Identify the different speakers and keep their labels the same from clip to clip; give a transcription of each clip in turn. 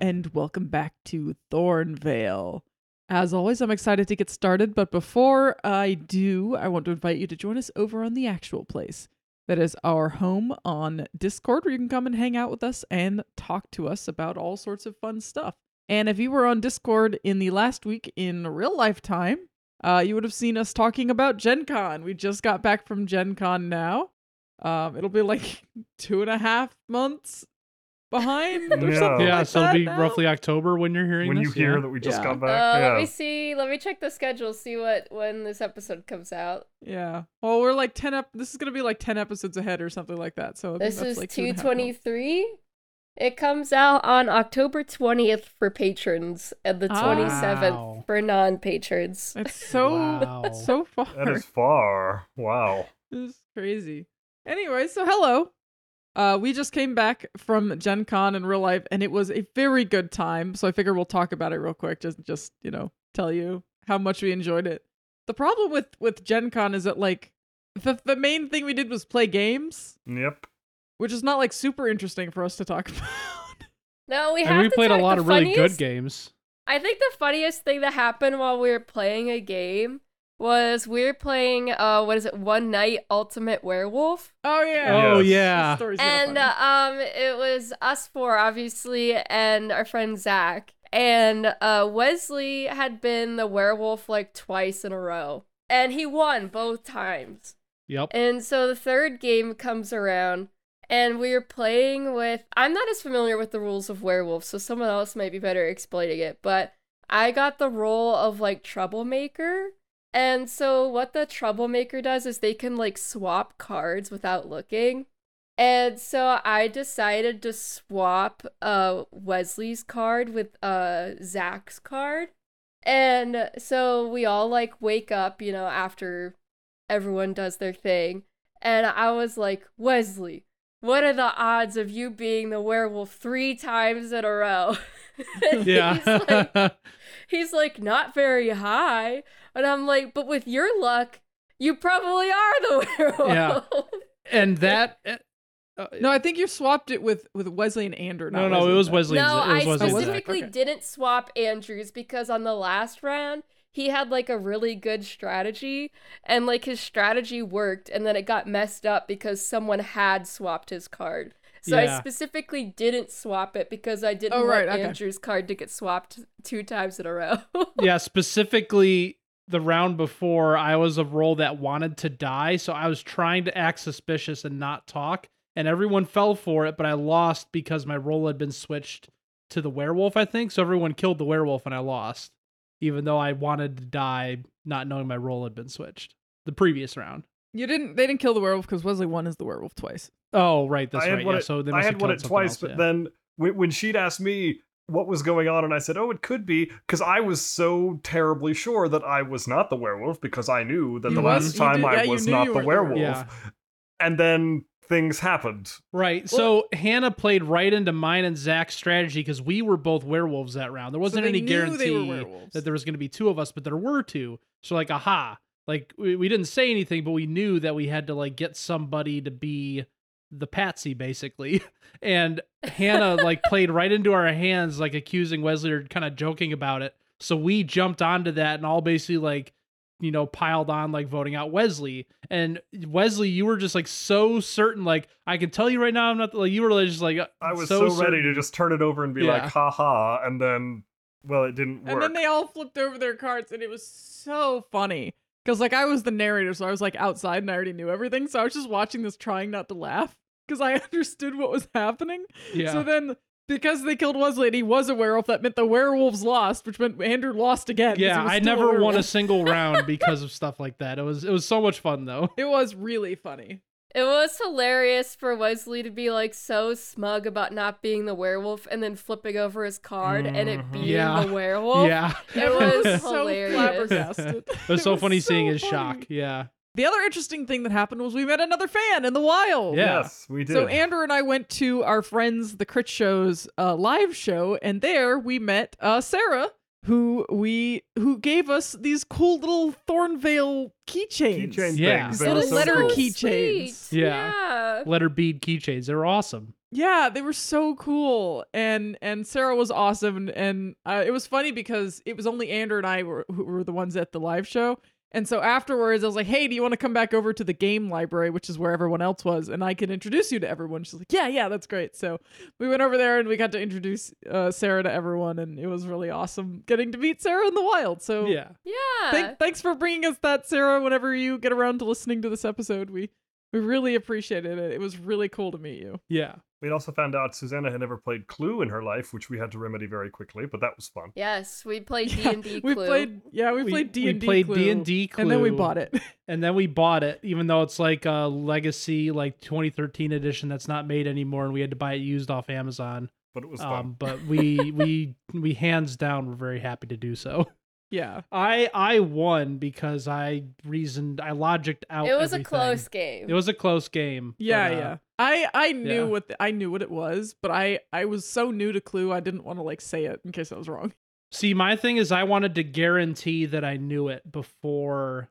Speaker 1: and welcome back to Thornvale. As always, I'm excited to get started, but before I do, I want to invite you to join us over on the actual place. That is our home on Discord, where you can come and hang out with us and talk to us about all sorts of fun stuff. And if you were on Discord in the last week in real life time, uh, you would have seen us talking about Gen Con. We just got back from Gen Con now. Um, it'll be like two and a half months behind or
Speaker 2: Yeah.
Speaker 1: something.
Speaker 3: yeah,
Speaker 1: like
Speaker 3: so it'll
Speaker 1: that
Speaker 3: be
Speaker 1: now.
Speaker 3: roughly October when you're hearing
Speaker 2: Oh. when
Speaker 3: this.
Speaker 2: you hear
Speaker 3: yeah.
Speaker 2: that we just
Speaker 1: Yeah.
Speaker 2: got
Speaker 4: Uh,
Speaker 2: back.
Speaker 4: Let
Speaker 2: yeah.
Speaker 4: me see. Let me check the schedule. See what when this episode comes out.
Speaker 1: Yeah. Well, we're like ten up. This is gonna be like ten episodes ahead or something like that. So I think
Speaker 4: This
Speaker 1: that's
Speaker 4: is
Speaker 1: like two
Speaker 4: two
Speaker 1: and a half
Speaker 4: twenty
Speaker 1: months.
Speaker 4: three. It comes out on October twentieth for patrons and the
Speaker 1: Ah.
Speaker 4: twenty seventh
Speaker 3: Wow.
Speaker 4: for non patrons.
Speaker 1: It's so
Speaker 3: Wow.
Speaker 1: so far.
Speaker 2: That is far. Wow.
Speaker 1: This is crazy. Anyway, so hello. Uh, we just came back from Gen Con in real life, and it was a very good time. So I figure we'll talk about it real quick. Just, just you know, tell you how much we enjoyed it. The problem with with Gen Con is that like the the main thing we did was play games,
Speaker 2: Yep.
Speaker 1: which is not like super interesting for us to talk about.
Speaker 4: No, we have
Speaker 3: and we
Speaker 4: to
Speaker 3: played a
Speaker 4: talk-
Speaker 3: lot
Speaker 4: the
Speaker 3: of really good
Speaker 4: funniest-
Speaker 3: games.
Speaker 4: I think the funniest thing that happened while we were playing a game was we were playing uh what is it one night ultimate werewolf
Speaker 1: oh yeah.
Speaker 2: Yes.
Speaker 3: Oh
Speaker 1: This
Speaker 3: yeah.
Speaker 1: story's kinda
Speaker 4: and
Speaker 1: funny.
Speaker 4: uh, um it was us four obviously and our friend zach and uh wesley had been the werewolf like twice in a row and he won both times
Speaker 3: Yep.
Speaker 4: and so the third game comes around and we are playing with I'm not as familiar with the rules of werewolf, so someone else might be better explaining it, but I got the role of like troublemaker. And so what the troublemaker does is they can like swap cards without looking. And so I decided to swap uh Wesley's card with uh Zach's card. And so we all like wake up, you know, after everyone does their thing. And I was like, Wesley, what are the odds of you being the werewolf three times in a row? And He's like,
Speaker 3: Yeah.
Speaker 4: he's like, not very high. And I'm like, but with your luck, you probably are the werewolf.
Speaker 3: Yeah. and that. uh,
Speaker 1: no, I think you swapped it with with Wesley and Andrew.
Speaker 3: no,
Speaker 1: not
Speaker 3: no, it was
Speaker 1: and Zach.
Speaker 3: Wesley's.
Speaker 4: no,
Speaker 3: it was
Speaker 4: I
Speaker 3: Wesley's.
Speaker 1: was it?
Speaker 4: specifically
Speaker 1: Okay.
Speaker 4: didn't swap Andrews because on the last round, he had like a really good strategy and like his strategy worked and then it got messed up because someone had swapped his card. So I
Speaker 3: Yeah.
Speaker 4: specifically didn't swap it because I didn't
Speaker 1: Oh, right,
Speaker 4: want
Speaker 1: okay.
Speaker 4: Andrew's card to get swapped two times in a row.
Speaker 3: yeah, specifically the round before, I was a role that wanted to die, so I was trying to act suspicious and not talk, and everyone fell for it, but I lost because my role had been switched to the werewolf, I think. So everyone killed the werewolf and I lost, even though I wanted to die not knowing my role had been switched the previous round.
Speaker 1: You didn't. They didn't kill the werewolf because Wesley won as the werewolf twice.
Speaker 3: Oh, right, that's
Speaker 2: I had
Speaker 3: right.
Speaker 2: won
Speaker 3: Yeah,
Speaker 2: it,
Speaker 3: so they
Speaker 2: I
Speaker 3: must have
Speaker 2: had won
Speaker 3: killed
Speaker 2: it
Speaker 3: something
Speaker 2: twice,
Speaker 3: else,
Speaker 2: but
Speaker 3: yeah.
Speaker 2: then when, when she'd asked me what was going on, and I said, "Oh, it could be," because I was so terribly sure that I was not the werewolf because I knew that
Speaker 1: You
Speaker 2: the
Speaker 1: was-
Speaker 2: last
Speaker 1: you
Speaker 2: time
Speaker 1: did- yeah,
Speaker 2: I
Speaker 1: you
Speaker 2: was
Speaker 1: knew
Speaker 2: not
Speaker 1: you
Speaker 2: the
Speaker 1: weren't the
Speaker 2: werewolf.
Speaker 3: werewolf.
Speaker 2: And then things happened.
Speaker 3: Right.
Speaker 1: Well-
Speaker 3: so Hannah played right into mine and Zach's strategy because we were both werewolves that round. There wasn't
Speaker 1: so they
Speaker 3: any
Speaker 1: knew
Speaker 3: guarantee
Speaker 1: they were werewolves.
Speaker 3: that there was going to be two of us, but there were two. So like, aha, like we, we didn't say anything, but we knew that we had to like get somebody to be the patsy basically. And Hannah like played right into our hands, like accusing Wesley or kind of joking about it. So we jumped onto that and all basically like, you know, piled on like voting out Wesley. And Wesley, you were just like so certain, like I can tell you right now, I'm not like you were just like uh,
Speaker 2: I was so, ready
Speaker 3: certain.
Speaker 2: to just turn it over and be like,
Speaker 3: Yeah.
Speaker 2: "Ha ha," and then, well, it didn't
Speaker 1: and
Speaker 2: work.
Speaker 1: then they all flipped over their cards, and it was so funny because like I was the narrator, so I was like outside and I already knew everything, so I was just watching this, trying not to laugh because I understood what was happening.
Speaker 3: yeah.
Speaker 1: So then. Because they killed Wesley and he was a werewolf, that meant the werewolves lost, which meant Andrew lost again. 'cause he
Speaker 3: Yeah,
Speaker 1: was
Speaker 3: I
Speaker 1: still a
Speaker 3: never won a
Speaker 1: werewolf.
Speaker 3: single round because of stuff like that. It was it was so much fun though.
Speaker 1: It was really funny.
Speaker 4: It was hilarious for Wesley to be like so smug about not being the werewolf and then flipping over his card and it
Speaker 2: Mhm.
Speaker 4: being
Speaker 3: Mm-hmm. Yeah.
Speaker 4: the werewolf.
Speaker 3: yeah.
Speaker 1: Everyone
Speaker 4: was
Speaker 1: was so
Speaker 4: hilarious.
Speaker 1: flabbergasted.
Speaker 3: It was so
Speaker 1: was
Speaker 3: funny
Speaker 1: so
Speaker 3: seeing his
Speaker 1: funny.
Speaker 3: shock. Yeah.
Speaker 1: The other interesting thing that happened was we met another fan in the wild.
Speaker 3: Yeah.
Speaker 2: Yes, we did.
Speaker 1: So Andrew and I went to our friends the Crit Show's uh, live show, and there we met uh, Sarah, who we who gave us these cool little Thornvale keychains.
Speaker 2: Keychain
Speaker 3: Yeah.
Speaker 2: things.
Speaker 1: They
Speaker 4: That
Speaker 1: were
Speaker 4: is
Speaker 1: so letter
Speaker 4: so
Speaker 1: cool. keychains.
Speaker 4: sweet.
Speaker 3: Yeah.
Speaker 4: yeah.
Speaker 3: Letter bead keychains. They're awesome.
Speaker 1: Yeah, they were so cool, and and Sarah was awesome, and, and uh, it was funny because it was only Andrew and I were, who were the ones at the live show, and so afterwards I was like, hey, do you want to come back over to the game library, which is where everyone else was, and I can introduce you to everyone. She's like, yeah, yeah, that's great. So we went over there and we got to introduce uh, Sarah to everyone, and it was really awesome getting to meet Sarah in the wild. So
Speaker 3: Yeah.
Speaker 4: Yeah.
Speaker 1: Thank, thanks for bringing us that, Sarah. Whenever you get around to listening to this episode, we we really appreciated it. It was really cool to meet you.
Speaker 3: Yeah.
Speaker 2: We'd also found out Susanna had never played Clue in her life, which we had to remedy very quickly, but that was fun.
Speaker 4: Yes, we played D
Speaker 1: Yeah,
Speaker 4: and D
Speaker 1: We
Speaker 4: Clue.
Speaker 1: played, yeah, we, played D
Speaker 3: we
Speaker 1: and D,
Speaker 3: played D&D Clue.
Speaker 1: and then we bought it.
Speaker 3: And then we bought it, even though it's like a legacy, like 2013 edition that's not made anymore, and we had to buy it used off Amazon.
Speaker 2: But it was fun.
Speaker 3: Um, but we we we hands down were very happy to do so.
Speaker 1: yeah,
Speaker 3: I I won because I reasoned, I logicked out.
Speaker 4: It was a
Speaker 3: everything.
Speaker 4: close game.
Speaker 3: It was a close game. but,
Speaker 1: yeah,
Speaker 3: uh,
Speaker 1: yeah. I I knew
Speaker 3: yeah.
Speaker 1: what the, I knew what it was, but I I was so new to Clue, I didn't want to like say it in case I was wrong.
Speaker 3: See, my thing is I wanted to guarantee that I knew it before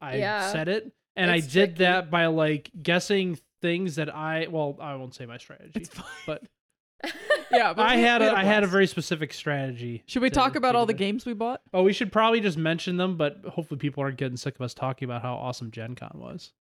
Speaker 3: I
Speaker 4: Yeah.
Speaker 3: said it. And I
Speaker 4: It's
Speaker 3: did
Speaker 4: tricky.
Speaker 3: that by like guessing things that I well, I won't say my strategy.
Speaker 1: It's fine.
Speaker 3: But
Speaker 1: yeah, but
Speaker 3: I
Speaker 1: we-
Speaker 3: had
Speaker 1: we
Speaker 3: a I had a
Speaker 1: blast.
Speaker 3: very specific strategy.
Speaker 1: Should we
Speaker 3: to
Speaker 1: talk about
Speaker 3: do
Speaker 1: all the
Speaker 3: this.
Speaker 1: games we bought?
Speaker 3: Oh, we should probably just mention them, but hopefully people aren't getting sick of us talking about how awesome Gen Con was.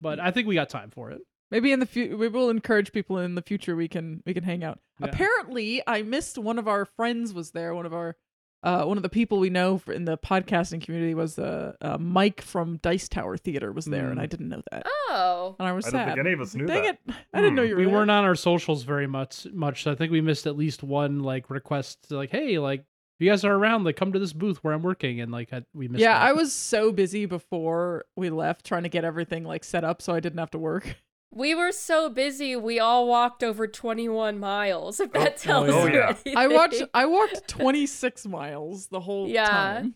Speaker 3: But
Speaker 1: Mm.
Speaker 3: I think we got time for it.
Speaker 1: Maybe in the future, we will encourage people in the future. We can we can hang out.
Speaker 3: Yeah.
Speaker 1: Apparently, I missed one of our friends was there. One of our uh, one of the people we know for, in the podcasting community was uh, uh, Mike from Dice Tower Theater was there, and
Speaker 3: Mm.
Speaker 1: I didn't know that,
Speaker 4: oh.
Speaker 1: and I was
Speaker 2: I don't
Speaker 1: sad.
Speaker 2: think any of us knew
Speaker 1: Dang
Speaker 2: that.
Speaker 1: it! I didn't know
Speaker 2: Hmm.
Speaker 1: you were.
Speaker 3: We
Speaker 1: there.
Speaker 3: weren't on our socials very much much, so I think we missed at least one like request to, like, hey, like if you guys are around, like come to this booth where I'm working and like I, we missed
Speaker 1: Yeah,
Speaker 3: that.
Speaker 1: I was so busy before we left trying to get everything like set up so I didn't have to work.
Speaker 4: We were so busy, we all walked over 21 miles, if
Speaker 2: Oh,
Speaker 4: that tells
Speaker 3: oh,
Speaker 4: you
Speaker 2: yeah.
Speaker 4: anything.
Speaker 1: I watched I walked 26 miles the whole
Speaker 4: Yeah.
Speaker 1: time.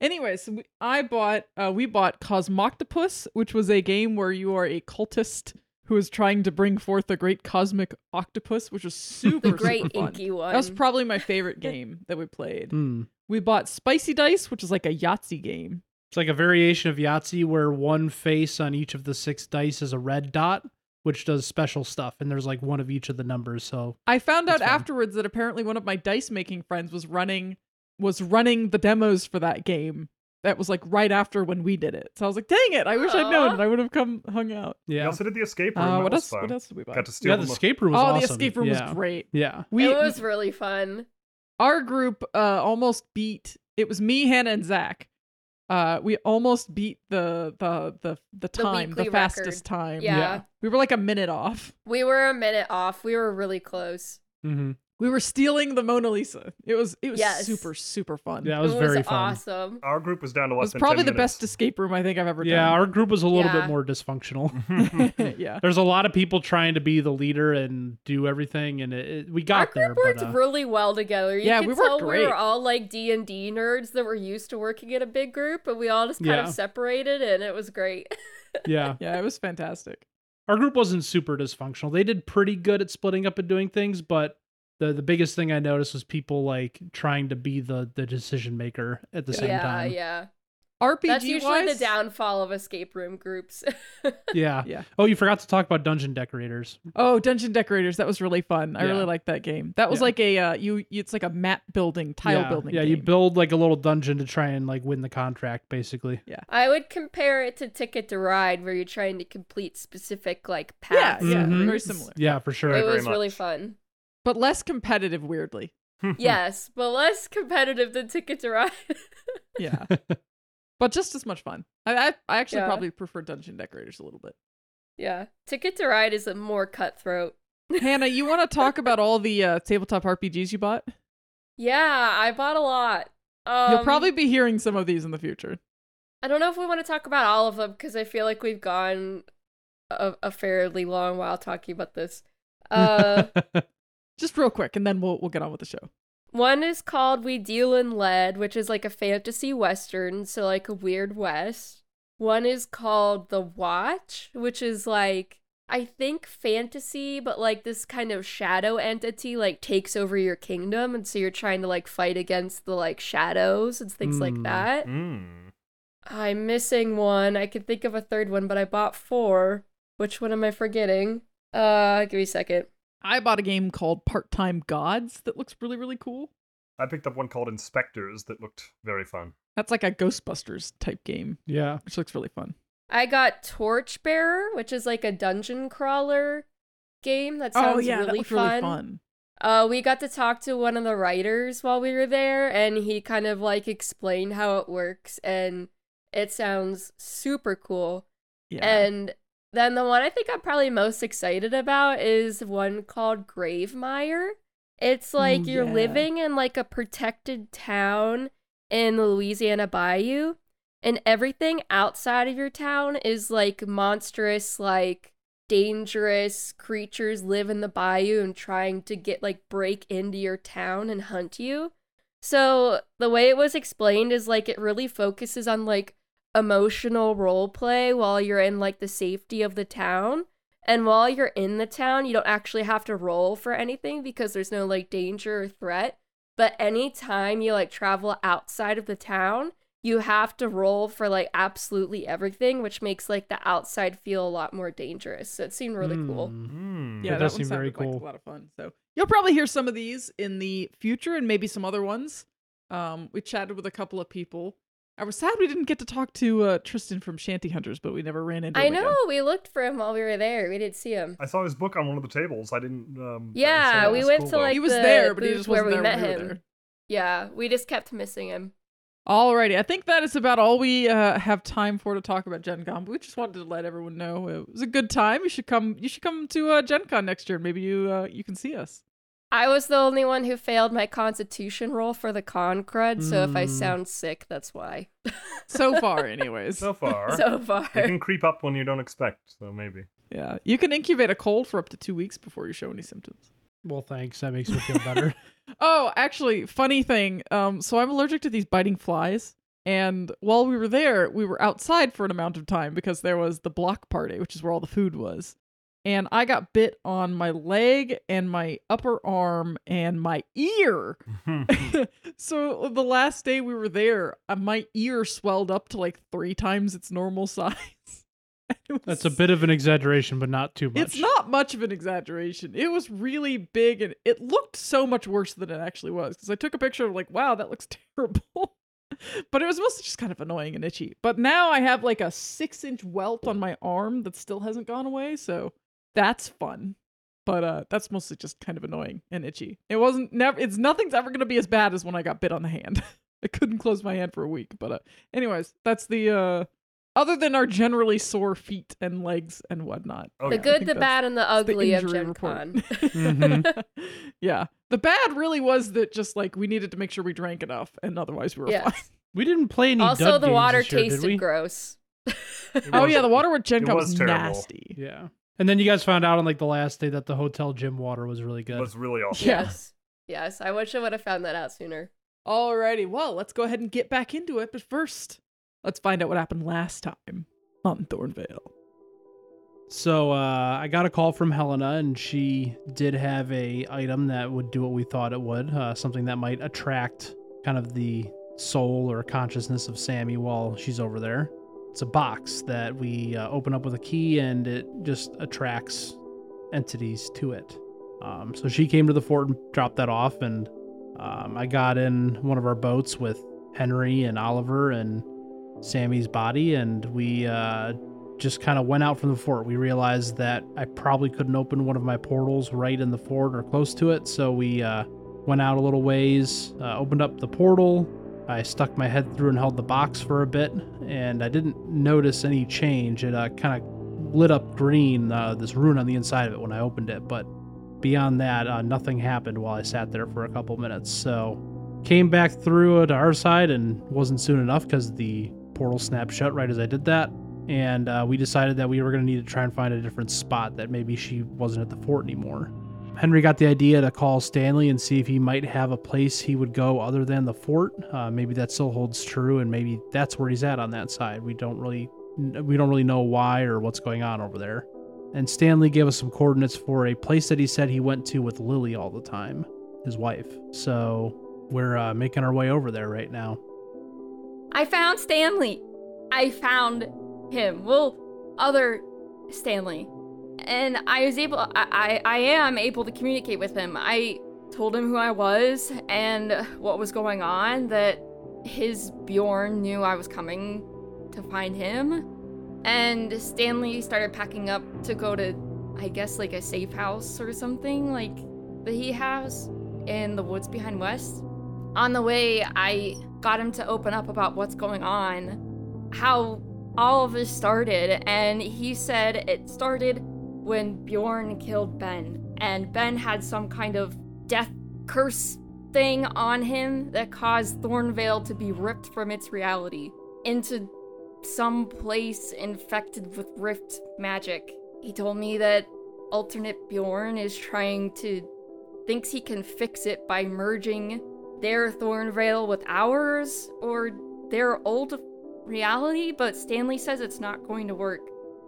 Speaker 1: Anyway, so we, I bought uh, we bought Cosmoctopus, which was a game where you are a cultist who is trying to bring forth a great cosmic octopus, which was super
Speaker 4: the great
Speaker 1: super fun.
Speaker 4: inky one.
Speaker 1: That was probably my favorite game that we played.
Speaker 3: Hmm.
Speaker 1: We bought Spicy Dice, which is like a Yahtzee game.
Speaker 3: It's like a variation of Yahtzee where one face on each of the six dice is a red dot, which does special stuff, and there's like one of each of the numbers. So
Speaker 1: I found out
Speaker 3: That's fun.
Speaker 1: afterwards that apparently one of my dice making friends was running was running the demos for that game. That was like right after when we did it. So I was like, dang it, I wish I'd known
Speaker 4: Aw.
Speaker 1: it. I would have come hung out.
Speaker 2: We
Speaker 3: yeah,
Speaker 2: also did the escape room.
Speaker 1: Uh,
Speaker 2: that
Speaker 1: what
Speaker 2: was
Speaker 1: else
Speaker 2: fun.
Speaker 1: what else did we buy?
Speaker 2: Got to steal
Speaker 3: yeah.
Speaker 2: the
Speaker 3: The escape room
Speaker 1: oh,
Speaker 3: was awesome.
Speaker 1: the escape room
Speaker 3: Yeah.
Speaker 1: was great.
Speaker 3: Yeah,
Speaker 1: We
Speaker 4: it was really fun.
Speaker 1: our group uh almost beat it was me, Hannah, and Zach. Uh we almost beat the the the the time, the,
Speaker 4: weekly
Speaker 1: fastest
Speaker 4: record.
Speaker 1: time.
Speaker 4: Yeah.
Speaker 3: Yeah.
Speaker 1: We were like a minute off.
Speaker 4: We were a minute off. We were really close.
Speaker 3: hmm
Speaker 1: We were stealing the Mona Lisa. It was it was
Speaker 4: Yes.
Speaker 1: super, super fun.
Speaker 3: yeah, it was
Speaker 4: it
Speaker 3: very
Speaker 4: was
Speaker 3: fun.
Speaker 4: awesome.
Speaker 2: Our group was down to
Speaker 1: It
Speaker 2: less
Speaker 1: was
Speaker 2: than
Speaker 1: probably
Speaker 2: 10
Speaker 1: the
Speaker 2: minutes.
Speaker 1: best escape room I think I've ever
Speaker 3: Yeah,
Speaker 1: done.
Speaker 3: our group was a little
Speaker 4: Yeah.
Speaker 3: bit more dysfunctional.
Speaker 1: yeah.
Speaker 3: There's a lot of people trying to be the leader and do everything, and it, it- we got
Speaker 4: Our group
Speaker 3: there.
Speaker 4: worked
Speaker 3: But, uh,
Speaker 4: really well together. You
Speaker 1: Yeah,
Speaker 4: could
Speaker 1: we worked
Speaker 4: tell we
Speaker 1: great.
Speaker 4: were all like D and D nerds that were used to working in a big group, but we all just kind
Speaker 3: Yeah.
Speaker 4: of separated, and it was great.
Speaker 3: yeah,
Speaker 1: Yeah, it was fantastic.
Speaker 3: our group wasn't super dysfunctional. They did pretty good at splitting up and doing things, but the the biggest thing I noticed was people like trying to be the the decision maker at the same
Speaker 4: yeah,
Speaker 3: time.
Speaker 4: yeah.
Speaker 1: RPG
Speaker 4: That's usually
Speaker 1: wise,
Speaker 4: the downfall of escape room groups.
Speaker 3: Yeah.
Speaker 1: Yeah.
Speaker 3: Oh, you forgot to talk about dungeon decorators.
Speaker 1: Oh, Dungeon Decorators, that was really fun. I
Speaker 3: Yeah.
Speaker 1: really liked that game. That was
Speaker 3: Yeah.
Speaker 1: like a uh, you, you it's like a map building, tile
Speaker 3: yeah.
Speaker 1: building
Speaker 3: Yeah,
Speaker 1: game.
Speaker 3: you build like a little dungeon to try and like win the contract, basically.
Speaker 4: I would compare it to Ticket to Ride, where you're trying to complete specific like
Speaker 1: yeah,
Speaker 4: paths.
Speaker 1: yeah,
Speaker 3: Mhm.
Speaker 1: very similar.
Speaker 3: Yeah, for sure.
Speaker 2: Mm-hmm. Very,
Speaker 4: it was
Speaker 2: very
Speaker 4: really
Speaker 2: much.
Speaker 4: fun.
Speaker 1: But less competitive weirdly.
Speaker 4: yes, but less competitive than Ticket to Ride.
Speaker 1: Yeah. but just as much fun. I I, I actually
Speaker 4: Yeah.
Speaker 1: probably prefer Dungeon Decorators a little bit.
Speaker 4: yeah, Ticket to Ride is a more cutthroat.
Speaker 1: Hannah, you want to talk about all the uh, tabletop RPGs you bought?
Speaker 4: Yeah, I bought a lot. Um,
Speaker 1: You'll probably be hearing some of these in the future.
Speaker 4: I don't know if we want to talk about all of them because I feel like we've gone a, a fairly long while talking about this. Uh,
Speaker 1: Just real quick, and then we'll we'll get on with the show.
Speaker 4: One is called We Deal in Lead, which is like a fantasy western, so like a weird west. One is called The Watch, which is like I think fantasy, but like this kind of shadow entity like takes over your kingdom, and so you're trying to like fight against the like shadows and things like
Speaker 3: Mm.
Speaker 4: that.
Speaker 2: Mm.
Speaker 4: I'm missing one. I could think of a third one, but I bought four. Which one am I forgetting? Uh, give me a second.
Speaker 1: I bought a game called Part Time Gods that looks really, really cool.
Speaker 2: I picked up one called Inspectors that looked very fun.
Speaker 1: That's like a Ghostbusters type game,
Speaker 3: Yeah.
Speaker 1: which looks really fun.
Speaker 4: I got Torchbearer, which is like a dungeon crawler game. That sounds
Speaker 1: oh yeah,
Speaker 4: really,
Speaker 1: that looks
Speaker 4: fun.
Speaker 1: really fun.
Speaker 4: Uh, we got to talk to one of the writers while we were there, and he kind of like explained how it works, and it sounds super cool.
Speaker 1: Yeah.
Speaker 4: And then the one I think I'm probably most excited about is one called Gravemire. It's like you're
Speaker 1: yeah.
Speaker 4: living in like a protected town in the Louisiana Bayou, and everything outside of your town is like monstrous, like dangerous creatures live in the bayou and trying to get like break into your town and hunt you. So the way it was explained is like it really focuses on like emotional role play while you're in like the safety of the town. And while you're in the town, you don't actually have to roll for anything because there's no like danger or threat. But anytime you like travel outside of the town, you have to roll for like absolutely everything, which makes like the outside feel a lot more dangerous. So it seemed really cool.
Speaker 3: Mm.
Speaker 2: Mm.
Speaker 1: yeah,
Speaker 3: That
Speaker 1: that,
Speaker 3: does
Speaker 1: one
Speaker 3: seem very
Speaker 1: sounded like
Speaker 3: cool.
Speaker 1: a lot of fun. So you'll probably hear some of these in the future, and maybe some other ones. Um, we chatted with a couple of people. I was sad we didn't get to talk to uh, Tristan from Shanty Hunters, but we never ran into.
Speaker 4: I
Speaker 1: him again.
Speaker 4: know we looked for him while we were there. We didn't see him.
Speaker 2: I saw his book on one of the tables. I didn't. Um,
Speaker 4: Yeah,
Speaker 2: that
Speaker 4: we
Speaker 2: was
Speaker 4: went
Speaker 2: cool,
Speaker 4: to,
Speaker 2: though.
Speaker 4: like-
Speaker 1: he was
Speaker 4: the
Speaker 1: there, but he
Speaker 4: booth
Speaker 1: just
Speaker 4: where
Speaker 1: wasn't
Speaker 4: we
Speaker 1: there when
Speaker 4: met
Speaker 1: we were
Speaker 4: him.
Speaker 1: there.
Speaker 4: Yeah, we just kept missing him.
Speaker 1: Alrighty, I think that is about all we uh, have time for to talk about Gen Con. But we just wanted to let everyone know it was a good time. You should come. You should come to uh, Gen Con next year. Maybe you uh, you can see us.
Speaker 4: I was the only one who failed my constitution roll for the con crud, so if I
Speaker 1: Hmm.
Speaker 3: Mm.
Speaker 4: sound sick, that's why.
Speaker 1: So far, anyways.
Speaker 2: so far.
Speaker 4: so far.
Speaker 2: You can creep up when you don't expect, so maybe.
Speaker 1: yeah, you can incubate a cold for up to two weeks before you show any symptoms.
Speaker 3: Well, thanks. That makes me feel better.
Speaker 1: Oh, actually, funny thing. Um, so I'm allergic to these biting flies. And while we were there, we were outside for an amount of time because there was the block party, which is where all the food was. And I got bit on my leg and my upper arm and my ear. so the last day we were there, uh, my ear swelled up to like three times its normal size. It was
Speaker 3: That's a bit of an exaggeration, but not too much.
Speaker 1: it's not much of an exaggeration. It was really big and it looked so much worse than it actually was because I took a picture of like, wow, that looks terrible. but it was mostly just kind of annoying and itchy. But now I have like a six inch welt on my arm that still hasn't gone away. So that's fun. But uh, that's mostly just kind of annoying and itchy. It wasn't never. It's nothing's ever gonna be as bad as when I got bit on the hand. I couldn't close my hand for a week. But uh, anyways, that's the uh, other than our generally sore feet and legs and whatnot.
Speaker 2: Oh,
Speaker 4: the
Speaker 2: yeah.
Speaker 1: I
Speaker 4: good,
Speaker 1: think
Speaker 4: the
Speaker 1: that's-
Speaker 4: bad, and the
Speaker 1: that's the
Speaker 4: ugly of
Speaker 1: injury
Speaker 4: Gen
Speaker 1: report.
Speaker 4: Con.
Speaker 2: Mm-hmm.
Speaker 1: yeah. The bad really was that just like we needed to make sure we drank enough and otherwise we were
Speaker 4: Yeah.
Speaker 1: fine.
Speaker 3: We didn't play any. dud
Speaker 4: also, the
Speaker 3: games
Speaker 4: water
Speaker 3: this year, did
Speaker 4: tasted
Speaker 3: we?
Speaker 4: gross.
Speaker 2: It
Speaker 1: Oh
Speaker 2: was-
Speaker 1: yeah, the water with Gen
Speaker 2: it
Speaker 1: Con
Speaker 2: was
Speaker 1: was,
Speaker 2: terrible.
Speaker 1: nasty.
Speaker 3: Yeah. And then you guys found out on like the last day that the hotel gym water was really good.
Speaker 2: was really awesome.
Speaker 1: Yeah.
Speaker 4: Yes. Yes, I wish I would have found that out sooner.
Speaker 1: Alrighty, well, let's go ahead and get back into it, but first, let's find out what happened last time on Thornvale.
Speaker 3: So uh, I got a call from Helena, and she did have a item that would do what we thought it would, uh, something that might attract kind of the soul or consciousness of Sammy while she's over there. It's a box that we uh, open up with a key, and it just attracts entities to it. Um, so she came to the fort and dropped that off, and um, I got in one of our boats with Henry and Oliver and Sammy's body, and we uh, just kind of went out from the fort. We realized that I probably couldn't open one of my portals right in the fort or close to it, so we uh, went out a little ways, uh, opened up the portal. I stuck my head through and held the box for a bit, and I didn't notice any change. It uh, kind of lit up green, uh, this rune on the inside of it when I opened it, but beyond that, uh, nothing happened while I sat there for a couple minutes. So came back through to our side and wasn't soon enough because the portal snapped shut right as I did that and uh, we decided that we were going to need to try and find a different spot that maybe she wasn't at the fort anymore. Henry got the idea to call Stanley and see if he might have a place he would go other than the fort. Uh, maybe that still holds true, and maybe that's where he's at on that side. We don't really, we don't really know why or what's going on over there. And Stanley gave us some coordinates for a place that he said he went to with Lily all the time, his wife. So we're uh, making our way over there right now.
Speaker 4: I found Stanley. I found him. Well, other Stanley. And I was able, I, I, I am able to communicate with him. I told him who I was and what was going on, that his Bjorn knew I was coming to find him. And Stanley started packing up to go to, I guess, like a safe house or something, like that he has in the woods behind West. On the way, I got him to open up about what's going on, how all of this started, and he said it started when Bjorn killed Ben, and Ben had some kind of death curse thing on him that caused Thornvale to be ripped from its reality into some place infected with rift magic. He told me that alternate Bjorn is trying to thinks he can fix it by merging their Thornvale with ours or their old reality, but Stanley says it's not going to work.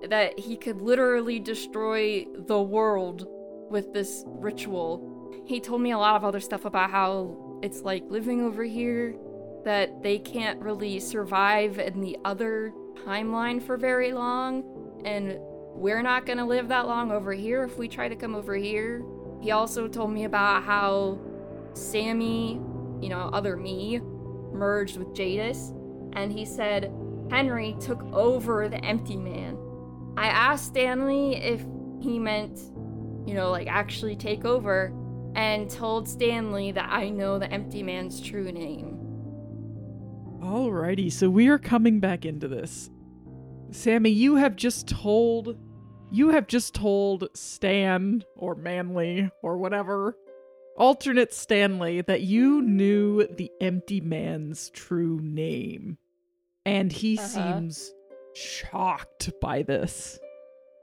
Speaker 4: That he could literally destroy the world with this ritual. He told me a lot of other stuff about how it's like living over here, that they can't really survive in the other timeline for very long, and we're not gonna live that long over here if we try to come over here. He also told me about how Sammy, you know, other me, merged with Jadis, and he said Henry took over the empty man. I asked Stanley if he meant, you know, like actually take over, and told Stanley that I know the empty man's true name.
Speaker 1: Alrighty, so we are coming back into this. Sammy, you have just told you have just told Stan or Manly or whatever alternate Stanley that you knew the empty man's true name. And he
Speaker 5: Uh-huh.
Speaker 1: seems shocked by this.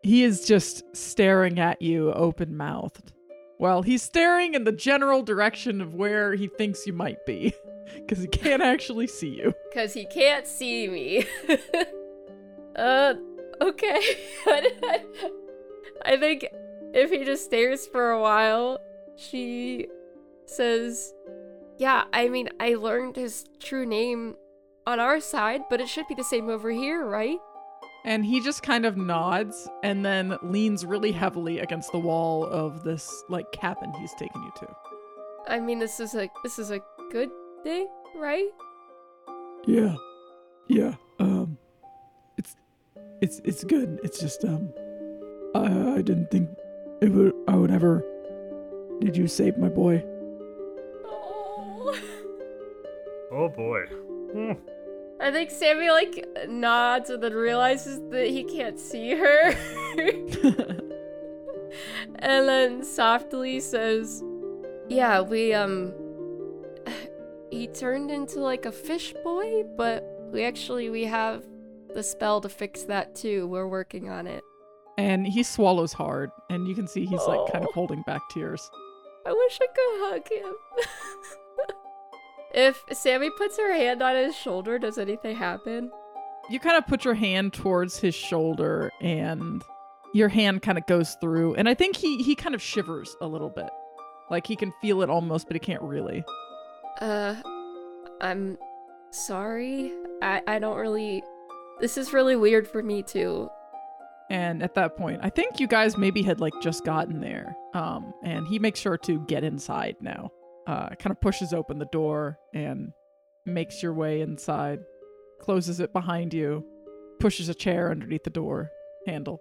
Speaker 1: He is just staring at you open mouthed. Well, he's staring in the general direction of where he thinks you might be because he can't actually see you.
Speaker 5: Because he can't see me. uh, okay. I think if he just stares for a while, she says, Yeah, I mean, I learned his true name on our side, but it should be the same over here, right?
Speaker 1: And he just kind of nods and then leans really heavily against the wall of this like cabin he's taken you to.
Speaker 5: I mean, this is a this is a good thing, right?
Speaker 1: Yeah. Yeah. Um it's it's it's good. It's just um I I didn't think it would I would ever Did you save my boy?
Speaker 5: Oh.
Speaker 2: Oh boy. Hmm.
Speaker 5: I think Sammy like nods and then realizes that he can't see her. and then softly says, "Yeah, we um he turned into like a fish boy, but we actually we have the spell to fix that too. We're working on it.
Speaker 1: And he swallows hard and you can see he's like kind of
Speaker 5: Oh.
Speaker 1: holding back tears.
Speaker 5: I wish I could hug him." if Sammy puts her hand on his shoulder, does anything happen?
Speaker 1: you kind of put your hand towards his shoulder and your hand kind of goes through and i think he he kind of shivers a little bit like he can feel it almost but he can't really
Speaker 5: Uh, I'm sorry. I I don't really. This is really weird for me too.
Speaker 1: and at that point i think you guys maybe had like just gotten there um and he makes sure to get inside now uh kind of pushes open the door and makes your way inside closes it behind you pushes a chair underneath the door handle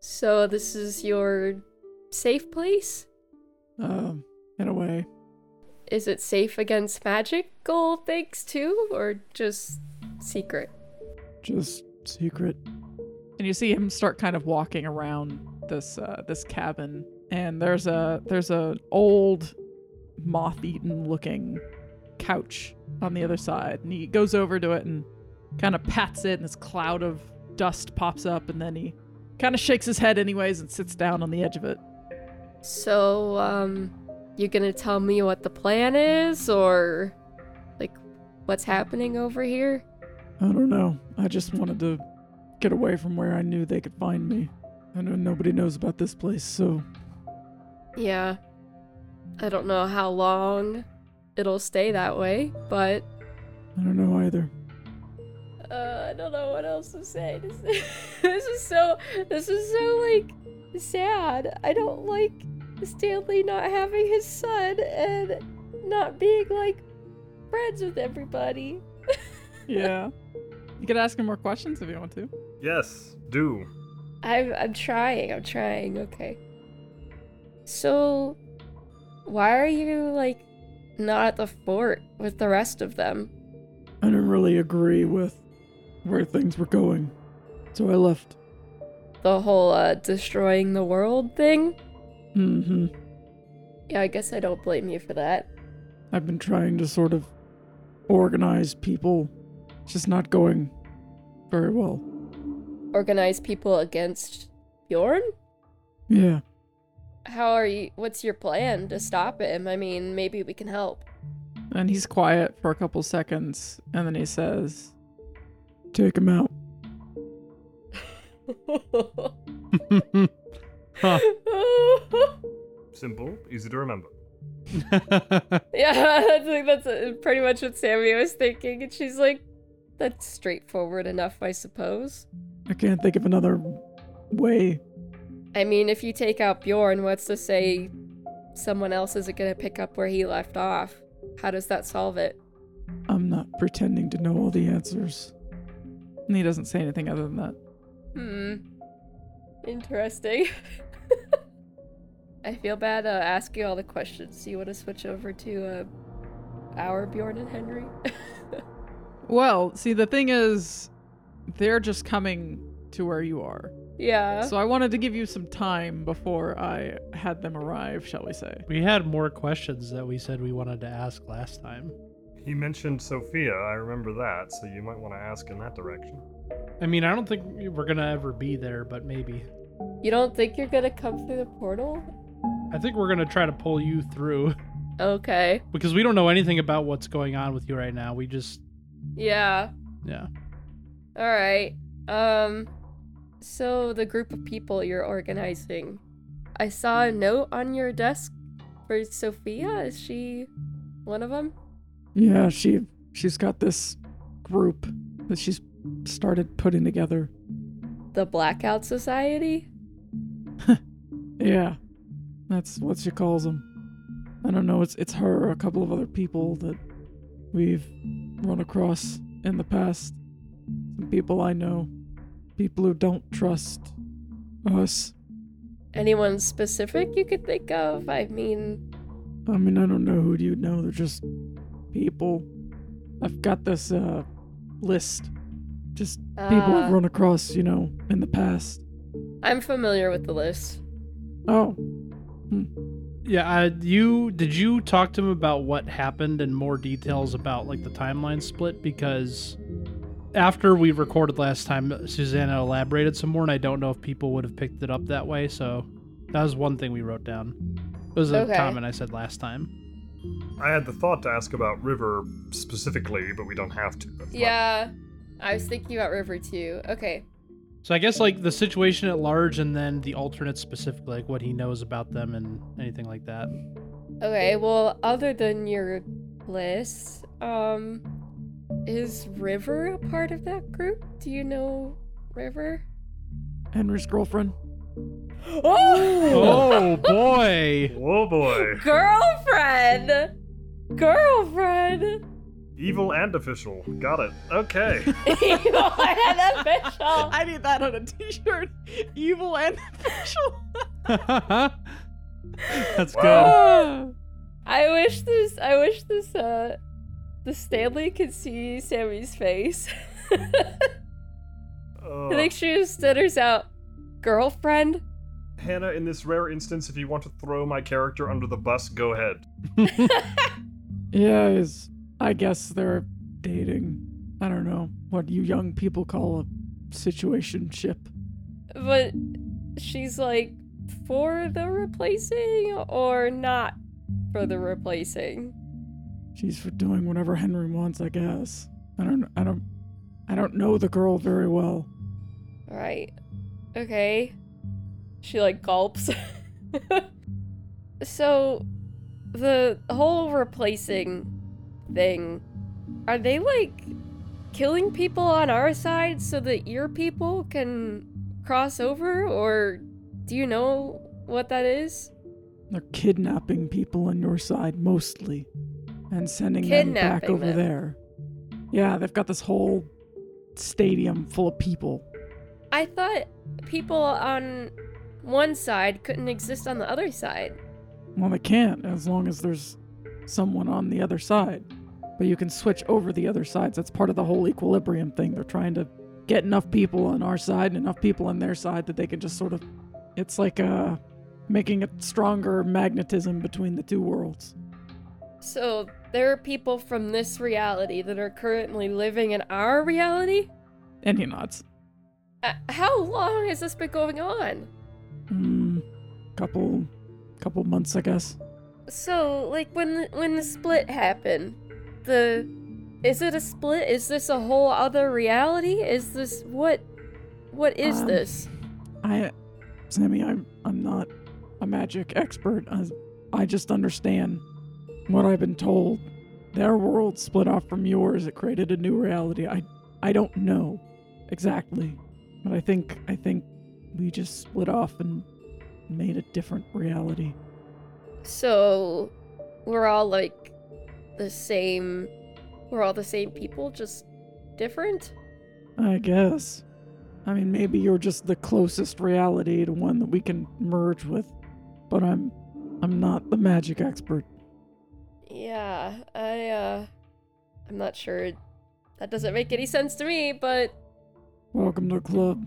Speaker 5: So this is your safe place.
Speaker 1: um in a way
Speaker 5: Is it safe against magical things too, or just secret?
Speaker 1: just secret. And you see him start kind of walking around this uh, this cabin, and there's a there's a old moth-eaten looking couch on the other side, and he goes over to it and kind of pats it, and this cloud of dust pops up, and then he kind of shakes his head anyways and sits down on the edge of it.
Speaker 5: So um, you gonna tell me what the plan is, or like what's happening over here?
Speaker 1: I don't know. I just wanted to get away from where I knew they could find me. I know nobody knows about this place, so
Speaker 4: Yeah. I don't know how long it'll stay that way, but
Speaker 1: I don't know either.
Speaker 4: uh, I don't know what else to say. This, this is so. This is so like sad. I don't like Stanley not having his son and not being like friends with everybody.
Speaker 1: Yeah. You could ask him more questions if you want to.
Speaker 2: Yes, do.
Speaker 4: I'm I'm trying. I'm trying. Okay. So, why are you like not at the fort with the rest of them?
Speaker 1: I didn't really agree with where things were going, so I left.
Speaker 4: The whole uh, destroying the world thing.
Speaker 1: hmm
Speaker 4: Yeah, I guess I don't blame you for that.
Speaker 1: I've been trying to sort of organize people. It's just not going very well.
Speaker 4: Organize people against Bjorn.
Speaker 1: Yeah.
Speaker 4: How are you? What's your plan to stop him? I mean, maybe we can help.
Speaker 1: And he's quiet for a couple seconds, and then he says, Take him out.
Speaker 3: Huh.
Speaker 2: Simple, easy to remember.
Speaker 4: Yeah, that's, like, that's uh, pretty much what Sammy was thinking. And she's like, that's straightforward enough, I suppose.
Speaker 1: I can't think of another way.
Speaker 4: I mean, if you take out Bjorn, what's to say someone else isn't going to pick up where he left off? How does that solve it?
Speaker 1: I'm not pretending to know all the answers. And he doesn't say anything other than that.
Speaker 4: Hmm. Interesting. I feel bad uh, asking all the questions. Do you want to switch over to uh, our Bjorn and Henry?
Speaker 1: Well, see, the thing is, they're just coming to where you are.
Speaker 4: yeah.
Speaker 1: So I wanted to give you some time before I had them arrive, shall we say.
Speaker 3: we had more questions that we said we wanted to ask last time.
Speaker 2: He mentioned Sophia, I remember that, so you might want to ask in that direction.
Speaker 3: I mean, I don't think we're gonna ever be there, but maybe.
Speaker 4: You don't think you're going to come through the portal?
Speaker 3: I think we're gonna try to pull you through
Speaker 4: Okay.
Speaker 3: because we don't know anything about what's going on with you right now. We just,
Speaker 4: Yeah.
Speaker 3: yeah.
Speaker 4: All right. Um so the group of people you're organizing. I saw a note on your desk for Sophia. Is she one of them?
Speaker 1: Yeah, she she's got this group that she's started putting together.
Speaker 4: The Blackout Society?
Speaker 1: Yeah, that's what she calls them. I don't know. It's it's her, a couple of other people that we've run across in the past. Some people I know, people who don't trust us.
Speaker 4: Anyone specific you could think of? I mean,
Speaker 1: I mean, I don't know who you know. They're just people. I've got this uh list, just people
Speaker 4: uh,
Speaker 1: I've run across, you know, in the past.
Speaker 4: I'm familiar with the list.
Speaker 1: Oh,
Speaker 3: Yeah, uh, you did you talk to him about what happened and more details about like the timeline split because after we recorded last time, Susanna elaborated some more, and I don't know if people would have picked it up that way. So that was one thing we wrote down. It was a
Speaker 4: Okay.
Speaker 3: comment I said last time.
Speaker 2: I had the thought to ask about River specifically, but we don't have to. That's fine.
Speaker 4: Yeah. I was thinking about River too. Okay.
Speaker 3: So I guess like the situation at large, and then the alternate specific, like what he knows about them and anything like that.
Speaker 4: Okay, well, other than your list, um, is River a part of that group? Do you know River?
Speaker 1: Henry's girlfriend.
Speaker 4: Oh,
Speaker 3: Oh boy!
Speaker 2: Whoa, Oh, boy.
Speaker 4: girlfriend, girlfriend.
Speaker 2: Evil and official. Got it. Okay.
Speaker 4: Evil and official.
Speaker 1: I need that on a t-shirt. Evil and official.
Speaker 3: That's good.
Speaker 2: Wow.
Speaker 4: Oh. I wish this. I wish this. Uh, the Stanley could see Sammy's face.
Speaker 2: Uh,
Speaker 4: I think she just stutters out, "Girlfriend."
Speaker 2: Hannah, in this rare instance, if you want to throw my character under the bus, go ahead.
Speaker 1: Yeah, is I guess they're dating. I don't know what you young people call a situationship.
Speaker 4: but she's like for the replacing or not for the replacing.
Speaker 1: She's for doing whatever Henry wants, I guess. I don't I don't I don't know the girl very well.
Speaker 4: Right. Okay. She like gulps. so the whole replacing thing are they like killing people on our side so that your people can cross over or do you know what that is?
Speaker 1: They're kidnapping people on your side mostly and sending them back
Speaker 4: Kidnapping
Speaker 1: over
Speaker 4: them.
Speaker 1: there. Yeah, they've got this whole stadium full of people.
Speaker 4: I thought people on one side couldn't exist on the other side.
Speaker 1: Well, they can't as long as there's someone on the other side. But you can switch over the other sides. That's part of the whole equilibrium thing. They're trying to get enough people on our side and enough people on their side that they can just sort of. It's like uh, making a stronger magnetism between the two worlds.
Speaker 4: So there are people from this reality that are currently living in our reality?
Speaker 1: And he nods.
Speaker 4: Uh, how long has this been going on?
Speaker 1: Mm, couple, couple months, I guess.
Speaker 4: So, like when the, when the split happened, the is it a split? Is this a whole other reality? Is this what what is
Speaker 1: Um,
Speaker 4: this?
Speaker 1: I, Sammy, I'm I'm not a magic expert. I, I just understand what I've been told. Their world split off from yours. It created a new reality. I I don't know exactly, but I think I think we just split off and made a different reality.
Speaker 4: So, we're all like the same. We're all the same people, just different.
Speaker 1: I guess. I mean, maybe you're just the closest reality to one that we can merge with, but I'm I'm not the magic expert.
Speaker 4: Yeah, I uh I'm not sure that doesn't make any sense to me, but
Speaker 1: Welcome to the club.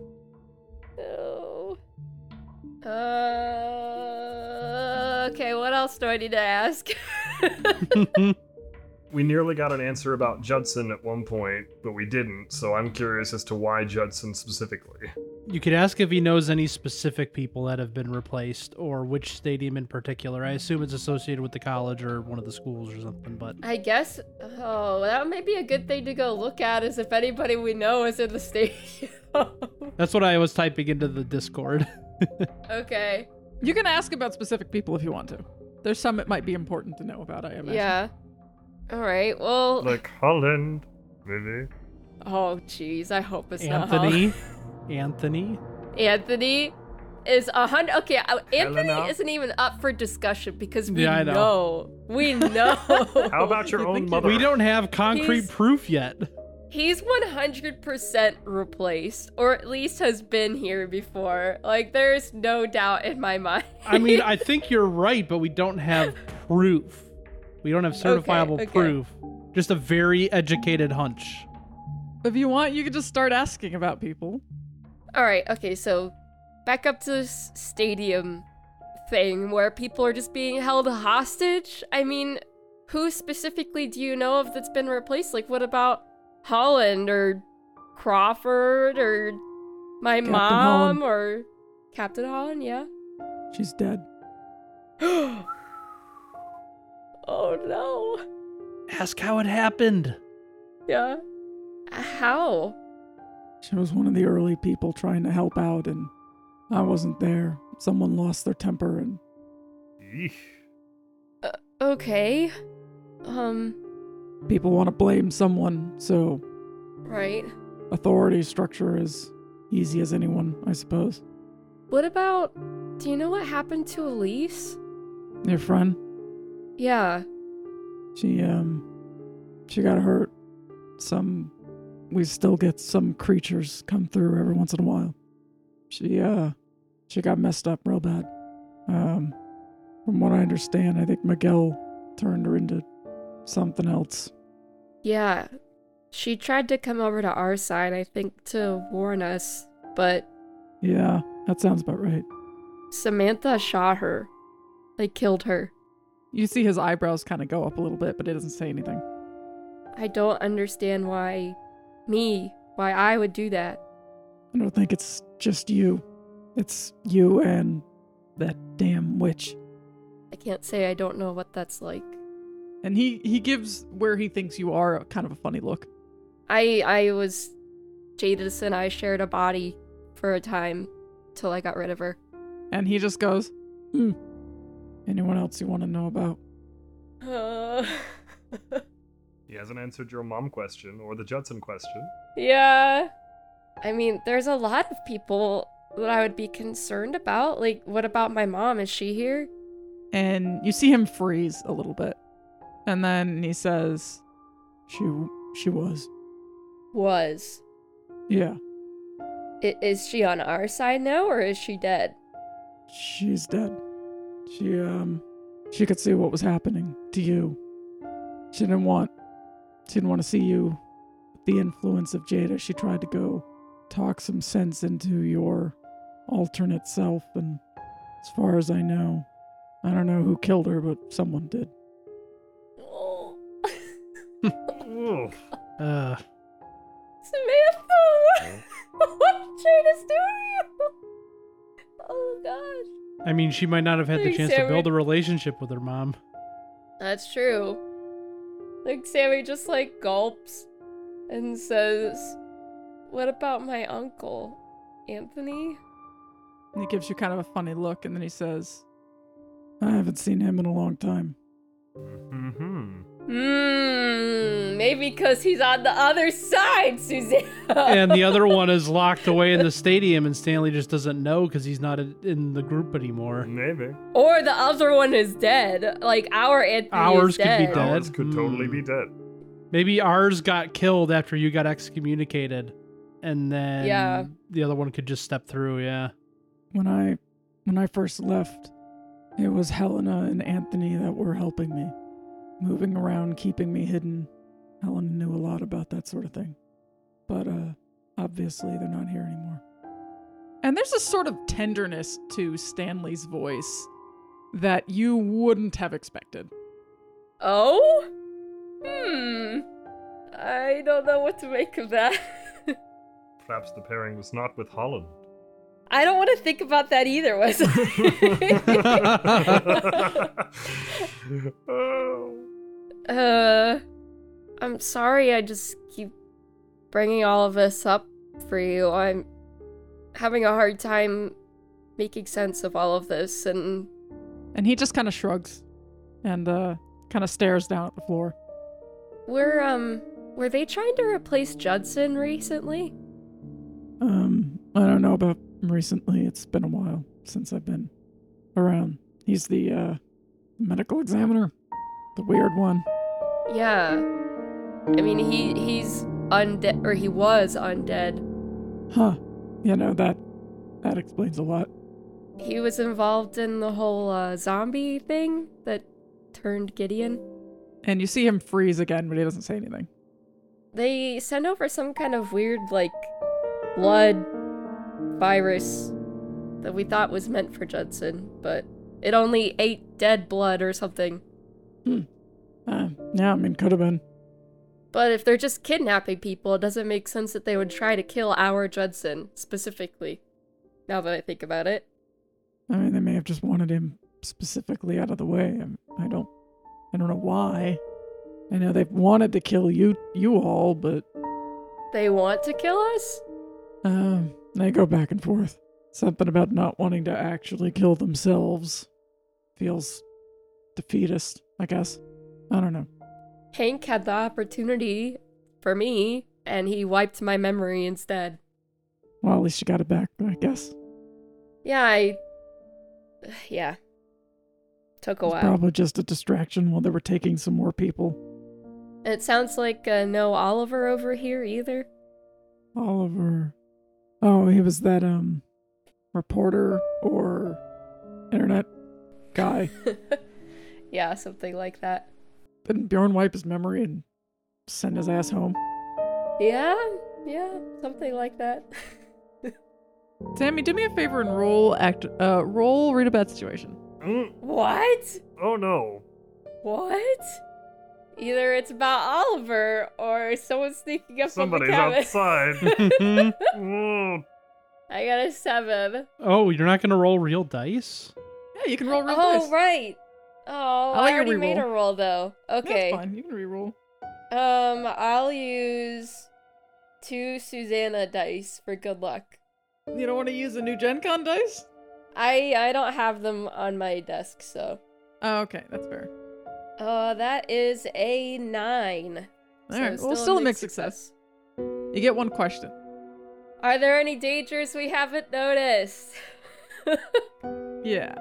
Speaker 4: oh. Uh okay, what else do I need to ask?
Speaker 2: We nearly got an answer about Judson at one point, but we didn't, so I'm curious as to why Judson specifically.
Speaker 3: You could ask if he knows any specific people that have been replaced or which stadium in particular. I assume it's associated with the college or one of the schools or something, but
Speaker 4: I guess. Oh, that might be a good thing to go look at is if anybody we know is in the stadium.
Speaker 3: that's what I was typing into the Discord.
Speaker 4: okay.
Speaker 1: You can ask about specific people if you want to. There's some it might be important to know about, I imagine.
Speaker 4: Yeah. All right. Well.
Speaker 2: Like Holland, maybe?
Speaker 4: Oh, jeez. I hope it's
Speaker 3: Anthony. Anthony.
Speaker 4: not. Anthony. Anthony is a hundred. Okay. I- Anthony
Speaker 2: Helena?
Speaker 4: isn't even up for discussion because we
Speaker 3: Yeah, I
Speaker 4: know.
Speaker 3: know.
Speaker 4: We know.
Speaker 2: How about your
Speaker 1: You
Speaker 2: own
Speaker 1: think
Speaker 2: mother?
Speaker 3: We don't have concrete
Speaker 4: He's-
Speaker 3: proof yet.
Speaker 4: He's 100% replaced, or at least has been here before. Like, there's no doubt in my mind.
Speaker 3: I mean, I think you're right, but we don't have proof. We don't have certifiable
Speaker 4: okay.
Speaker 3: proof. Just a very educated hunch.
Speaker 1: If you want, you can just start asking about people.
Speaker 4: All right, okay, so back up to this stadium thing where people are just being held hostage. I mean, who specifically do you know of that's been replaced? Like, what about Holland or Crawford or my
Speaker 1: Captain
Speaker 4: mom
Speaker 1: Holland.
Speaker 4: or Captain Holland? Yeah.
Speaker 1: She's dead.
Speaker 4: Oh no.
Speaker 3: Ask how it happened.
Speaker 4: Yeah. How?
Speaker 1: She was one of the early people trying to help out, and I wasn't there. Someone lost their temper, and
Speaker 2: Eesh.
Speaker 4: Okay. Um,
Speaker 1: people want to blame someone, so
Speaker 4: right.
Speaker 1: authority structure is easy as anyone, I suppose.
Speaker 4: What about. Do you know what happened to Elise?
Speaker 1: Your friend,
Speaker 4: Yeah.
Speaker 1: she, um, she got hurt. Some, we still get some creatures come through every once in a while. She, uh, she got messed up real bad. Um, from what I understand, I think Miguel turned her into something else.
Speaker 4: Yeah. She tried to come over to our side, I think, to warn us, but
Speaker 1: Yeah, that sounds about right.
Speaker 4: Samantha shot her. They killed her.
Speaker 1: You see his eyebrows kind of go up a little bit, but he doesn't say anything.
Speaker 4: I don't understand why me, why I would do that.
Speaker 1: I don't think it's just you. It's you and that damn witch.
Speaker 4: I can't say I don't know what that's like.
Speaker 1: And he he gives where he thinks you are kind of a funny look.
Speaker 4: I I was Jadis and I shared a body for a time till I got rid of her.
Speaker 1: And he just goes, hmm. Anyone else you want to know about?
Speaker 4: Uh,
Speaker 2: He hasn't answered your mom question or the Judson question.
Speaker 4: yeah. I mean, there's a lot of people that I would be concerned about. Like, what about my mom? Is she here?
Speaker 1: And you see him freeze a little bit. And then he says, She she was.
Speaker 4: Was.
Speaker 1: Yeah.
Speaker 4: I- is she on our side now or is she dead?
Speaker 1: She's dead. She um she could see what was happening to you. She didn't want she didn't want to see you with the influence of Jada. She tried to go talk some sense into your alternate self and as far as I know, I don't know who killed her, but someone did.
Speaker 4: Oh,
Speaker 2: Ugh.
Speaker 3: Uh,
Speaker 4: Samantha! what Jada's doing to you? Oh gosh.
Speaker 3: I mean, she might not have had the
Speaker 4: Thanks,
Speaker 3: chance to
Speaker 4: Sammy.
Speaker 3: build a relationship with her mom.
Speaker 4: That's true. Like Sammy just like gulps and says, What about my uncle? Anthony?
Speaker 1: And he gives you kind of a funny look and then he says, I haven't seen him in a long time.
Speaker 2: Mm-hmm.
Speaker 4: Mmm, maybe because he's on the other side, Suzanne.
Speaker 3: And the other one is locked away in the stadium, and Stanley just doesn't know because he's not in- in the group anymore.
Speaker 2: Maybe.
Speaker 4: or the other one is dead. Like our Anthony
Speaker 3: Ours
Speaker 4: is
Speaker 3: could be
Speaker 4: dead.
Speaker 3: dead.
Speaker 2: Ours could totally
Speaker 3: Hmm.
Speaker 2: be dead.
Speaker 3: Maybe ours got killed after you got excommunicated, and then
Speaker 4: Yeah.
Speaker 3: the other one could just step through. Yeah.
Speaker 1: When I when I first left, it was Helena and Anthony that were helping me, moving around, keeping me hidden. Helena knew a lot about that sort of thing. But uh obviously they're not here anymore. And there's a sort of tenderness to Stanley's voice that you wouldn't have expected.
Speaker 4: Oh? Hmm. I don't know what to make of that.
Speaker 2: Perhaps the pairing was not with Holland.
Speaker 4: I don't want to think about that either, was I?
Speaker 2: oh.
Speaker 4: uh, I'm sorry I just keep bringing all of this up for you. I'm having a hard time making sense of all of this, and
Speaker 1: And he just kind of shrugs and uh kind of stares down at the floor.
Speaker 4: we're, um, were they trying to replace Judson recently?
Speaker 1: Um, I don't know about him recently. It's been a while since I've been around. He's the uh, medical examiner, the weird one.
Speaker 4: Yeah. I mean, he he's undead, or he was undead.
Speaker 1: Huh? You know that that explains a lot.
Speaker 4: He was involved in the whole uh, zombie thing that turned Gideon.
Speaker 1: And you see him freeze again, but he doesn't say anything.
Speaker 4: They sent over some kind of weird, like, blood virus that we thought was meant for Judson, but it only ate dead blood or something.
Speaker 1: Uh, yeah, I mean, could have been.
Speaker 4: But if they're just kidnapping people, it doesn't make sense that they would try to kill our Judson specifically. Now that I think about it.
Speaker 1: I mean, they may have just wanted him specifically out of the way. I, I don't, I don't know why. I know they've wanted to kill you, you all, but
Speaker 4: They want to kill us?
Speaker 1: Um, they go back and forth. Something about not wanting to actually kill themselves feels defeatist, I guess. I don't know.
Speaker 4: Hank had the opportunity for me, and he wiped my memory instead.
Speaker 1: Well, at least you got it back, I guess.
Speaker 4: Yeah, I. Yeah. Took a
Speaker 1: It's
Speaker 4: while.
Speaker 1: probably just a distraction while they were taking some more people.
Speaker 4: it sounds like uh, no Oliver over here either.
Speaker 1: Oliver. Oh, he was that, um, reporter or internet guy.
Speaker 4: yeah, something like that.
Speaker 1: Didn't Bjorn wipe his memory and send his ass home?
Speaker 4: Yeah, yeah, something like that.
Speaker 1: Sammy, do me a favor and roll act, uh, roll read a bad situation.
Speaker 2: Mm,
Speaker 4: what?
Speaker 2: oh no.
Speaker 4: What? Either it's about Oliver or someone's sneaking up
Speaker 2: Somebody's
Speaker 4: on the cabin.
Speaker 2: outside. oh,
Speaker 4: I got a seven.
Speaker 3: oh, you're not gonna roll real dice.
Speaker 1: Yeah, you can roll real
Speaker 4: oh
Speaker 1: dice.
Speaker 4: right. Oh,
Speaker 1: I'll
Speaker 4: I,
Speaker 1: let you
Speaker 4: already made
Speaker 1: reroll.
Speaker 4: a roll though. Okay.
Speaker 1: That's fine. You can reroll.
Speaker 4: Um, I'll use two Susanna dice for good luck.
Speaker 1: You don't want to use a new Gen Con dice?
Speaker 4: I I don't have them on my desk, so.
Speaker 1: Oh, okay, that's fair.
Speaker 4: Uh, that is a nine.
Speaker 1: All
Speaker 4: So
Speaker 1: right, well, still a mixed success.
Speaker 4: success.
Speaker 1: You get one question.
Speaker 4: Are there any dangers we haven't noticed?
Speaker 1: Yeah.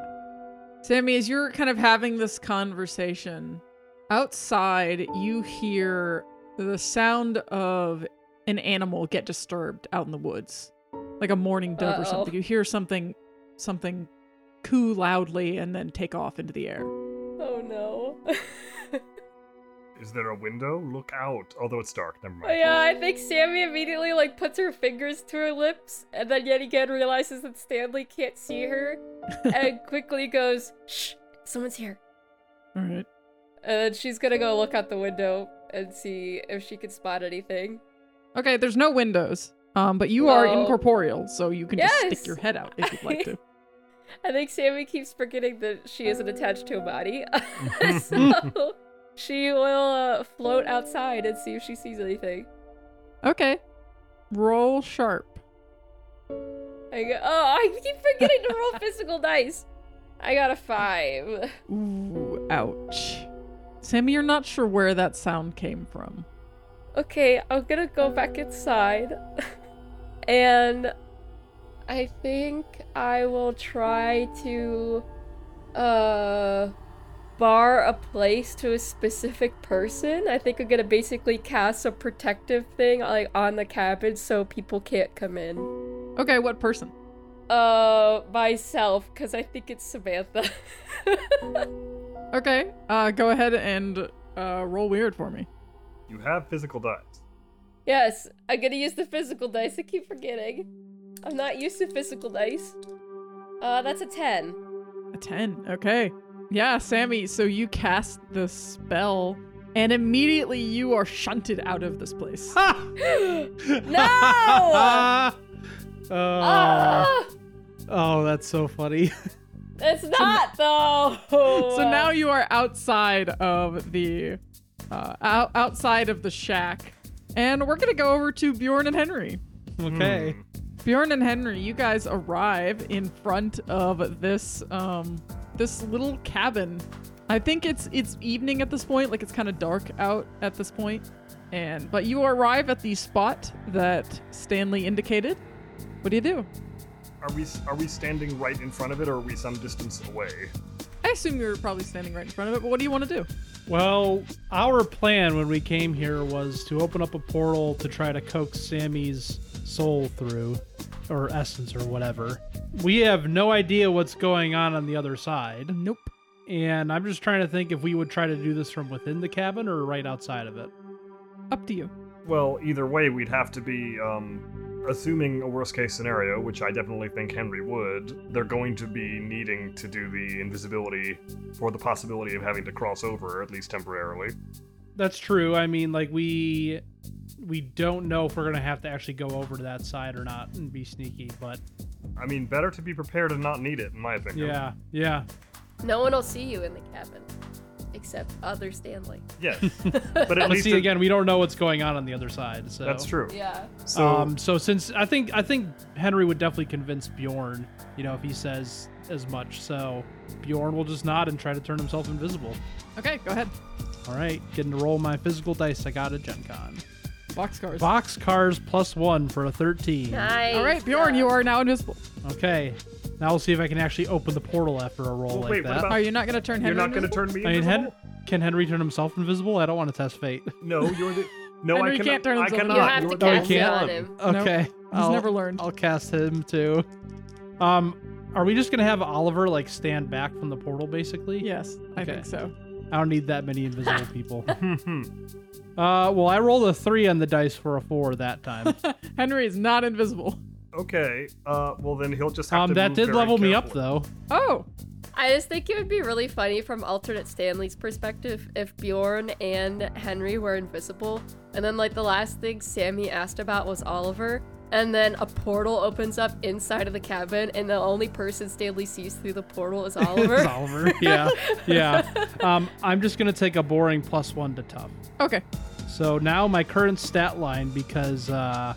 Speaker 1: Sammy, as you're kind of having this conversation, outside you hear the sound of an animal get disturbed out in the woods. Like a mourning dove or
Speaker 4: Uh-oh.
Speaker 1: something. You hear something something coo loudly and then take off into the air.
Speaker 4: oh no.
Speaker 2: Is there a window? Look out. Although it's dark, never mind.
Speaker 4: Oh, yeah, I think Sammy immediately like puts her fingers to her lips, and then yet again realizes that Stanley can't see her, and quickly goes, "Shh, someone's here."
Speaker 1: All right.
Speaker 4: And then she's gonna go look out the window and see if she can spot anything.
Speaker 1: Okay, there's no windows. Um, but you are
Speaker 4: No.
Speaker 1: incorporeal, so you can just stick
Speaker 4: Yes.
Speaker 1: your head out if you'd like to.
Speaker 4: I think Sammy keeps forgetting that she isn't attached to a body, so she will uh, float outside and see if she sees anything.
Speaker 1: Okay. Roll sharp.
Speaker 4: I go, oh, I keep forgetting to roll physical dice. I got a five.
Speaker 1: Ooh, ouch. Sammy, you're not sure where that sound came from.
Speaker 4: Okay, I'm gonna go back inside. and I think I will try to uh bar a place to a specific person. I think I'm gonna basically cast a protective thing like on the cabin so people can't come in.
Speaker 1: Okay, what person?
Speaker 4: Uh myself, because I think it's Samantha.
Speaker 1: Okay, uh, go ahead and uh, roll weird for me.
Speaker 2: You have physical dice.
Speaker 4: yes, I'm gonna use the physical dice, I keep forgetting. I'm not used to physical dice. Uh that's a ten.
Speaker 1: A 10. Okay. Yeah, Sammy, so you cast the spell, and immediately you are shunted out of this place.
Speaker 3: Ha!
Speaker 4: No!
Speaker 3: oh,
Speaker 4: Ah,
Speaker 3: oh, that's so funny.
Speaker 4: it's not though.
Speaker 1: So now you are outside of the. Uh, out- outside of the shack. And we're gonna go over to Bjorn and Henry.
Speaker 3: Okay.
Speaker 1: Bjorn and Henry, you guys arrive in front of this um this little cabin. I think it's it's evening at this point, like it's kind of dark out at this point. And but you arrive at the spot that Stanley indicated. What do you do?
Speaker 2: Are we are we standing right in front of it, or are we some distance away?
Speaker 1: I assume you're probably standing right in front of it, but what do you want to do?
Speaker 3: Well, our plan when we came here was to open up a portal to try to coax Sammy's soul through, or essence, or whatever. We have no idea what's going on on the other side,
Speaker 1: Nope.
Speaker 3: and I'm just trying to think if we would try to do this from within the cabin or right outside of it.
Speaker 1: Up to you.
Speaker 2: Well, either way, we'd have to be, um, assuming a worst case scenario, which I definitely think Henry would, they're going to be needing to do the invisibility for the possibility of having to cross over, at least temporarily.
Speaker 3: That's true. I mean, like we we don't know if we're gonna have to actually go over to that side or not and be sneaky, but
Speaker 2: I mean, better to be prepared and not need it, in my opinion.
Speaker 3: yeah, yeah.
Speaker 4: no one will see you in the cabin, except other Stanley.
Speaker 2: Yes. But at
Speaker 3: But
Speaker 2: least
Speaker 3: see
Speaker 2: it-
Speaker 3: again, we don't know what's going on on the other side. So
Speaker 2: That's true.
Speaker 4: Yeah.
Speaker 2: So
Speaker 3: um, so since I think I think Henry would definitely convince Bjorn, you know, if he says as much. So Bjorn will just nod and try to turn himself invisible.
Speaker 1: Okay, go ahead.
Speaker 3: All right, getting to roll my physical dice I got at Gen Con.
Speaker 1: Boxcars.
Speaker 3: Box cars plus one for a thirteen.
Speaker 4: Nice.
Speaker 1: All right, Bjorn, you are now invisible.
Speaker 3: Okay, now we'll see if I can actually open the portal after a roll
Speaker 2: Well,
Speaker 3: like
Speaker 2: wait,
Speaker 3: that.
Speaker 2: what about-
Speaker 1: Are you not gonna turn
Speaker 2: you're
Speaker 1: Henry?
Speaker 2: not going to
Speaker 1: invisible?
Speaker 2: turn me
Speaker 3: I mean, Hen-
Speaker 2: invisible?
Speaker 3: can Henry turn himself invisible? I don't want to test fate.
Speaker 2: No, you're the. No,
Speaker 1: Henry
Speaker 2: I cannot.
Speaker 1: can't turn
Speaker 2: I
Speaker 1: himself
Speaker 2: cannot.
Speaker 4: You have
Speaker 2: You're
Speaker 4: to
Speaker 2: the-
Speaker 3: No, he
Speaker 4: cast it
Speaker 3: can't.
Speaker 4: on him.
Speaker 3: Okay,
Speaker 1: He's
Speaker 3: I'll,
Speaker 1: never learned.
Speaker 3: I'll cast him too. Um, are we just gonna have Oliver like stand back from the portal basically?
Speaker 1: Yes, I
Speaker 3: Okay.
Speaker 1: think so.
Speaker 3: I don't need that many invisible people. uh,
Speaker 2: Hmm, hmm.
Speaker 3: well, I rolled a three on the dice for a four that time.
Speaker 1: Henry is not invisible.
Speaker 2: okay. Uh, well, then he'll just have
Speaker 3: um,
Speaker 2: to
Speaker 3: that
Speaker 2: move
Speaker 3: did
Speaker 2: very
Speaker 3: level me up
Speaker 2: carefully.
Speaker 3: though.
Speaker 1: Oh,
Speaker 4: I just think it would be really funny from alternate Stanley's perspective if Bjorn and Henry were invisible, and then like the last thing Sammy asked about was Oliver, and then a portal opens up inside of the cabin, and the only person Stanley sees through the portal is
Speaker 3: It's
Speaker 4: Oliver.
Speaker 3: Oliver. Yeah, yeah. Um, I'm just gonna take a boring plus one to tough.
Speaker 1: okay.
Speaker 3: So now my current stat line because uh,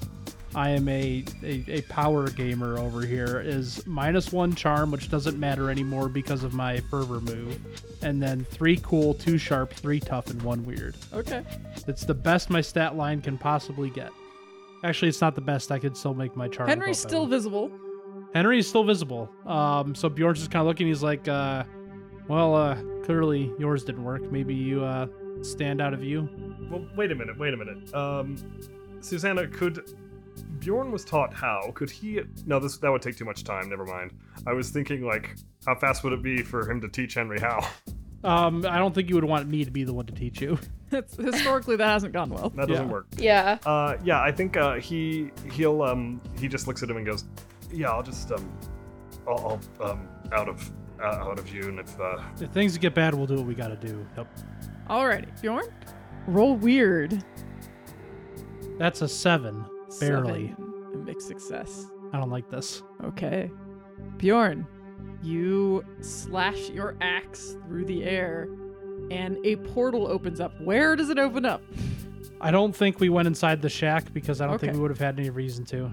Speaker 3: I am a, a, a power gamer over here is minus one charm, which doesn't matter anymore because of my fervor move, and then three cool, two sharp, three tough, and one weird.
Speaker 1: Okay.
Speaker 3: It's the best my stat line can possibly get. Actually, it's not the best. I could still make my charm.
Speaker 1: Henry's
Speaker 3: profile.
Speaker 1: still visible.
Speaker 3: Henry is still visible. Um, so Bjorn's just kind of looking. He's like, uh, well, uh, clearly yours didn't work. Maybe you uh, stand out of view.
Speaker 2: Well, wait a minute, wait a minute. Um, Susanna, could Bjorn was taught how? Could he? No, this that would take too much time. Never mind. I was thinking like, how fast would it be for him to teach Henry how?
Speaker 3: Um, I don't think you would want me to be the one to teach you.
Speaker 1: It's, historically, that hasn't gone well.
Speaker 2: That doesn't
Speaker 3: Yeah.
Speaker 2: work.
Speaker 4: Yeah.
Speaker 2: Uh, yeah, I think uh, he he'll um he just looks at him and goes, yeah, I'll just um, I'll, I'll um out of uh, out of you, and if uh,
Speaker 3: If things get bad, we'll do what we gotta do. Yep.
Speaker 1: Alrighty, Bjorn. Roll weird.
Speaker 3: That's a seven. Barely.
Speaker 1: Seven. A mixed success.
Speaker 3: I don't like this.
Speaker 1: Okay. Bjorn, you slash your axe through the air and a portal opens up. Where does it open up?
Speaker 3: I don't think we went inside the shack because I don't think
Speaker 1: Okay.
Speaker 3: we would have had any reason to.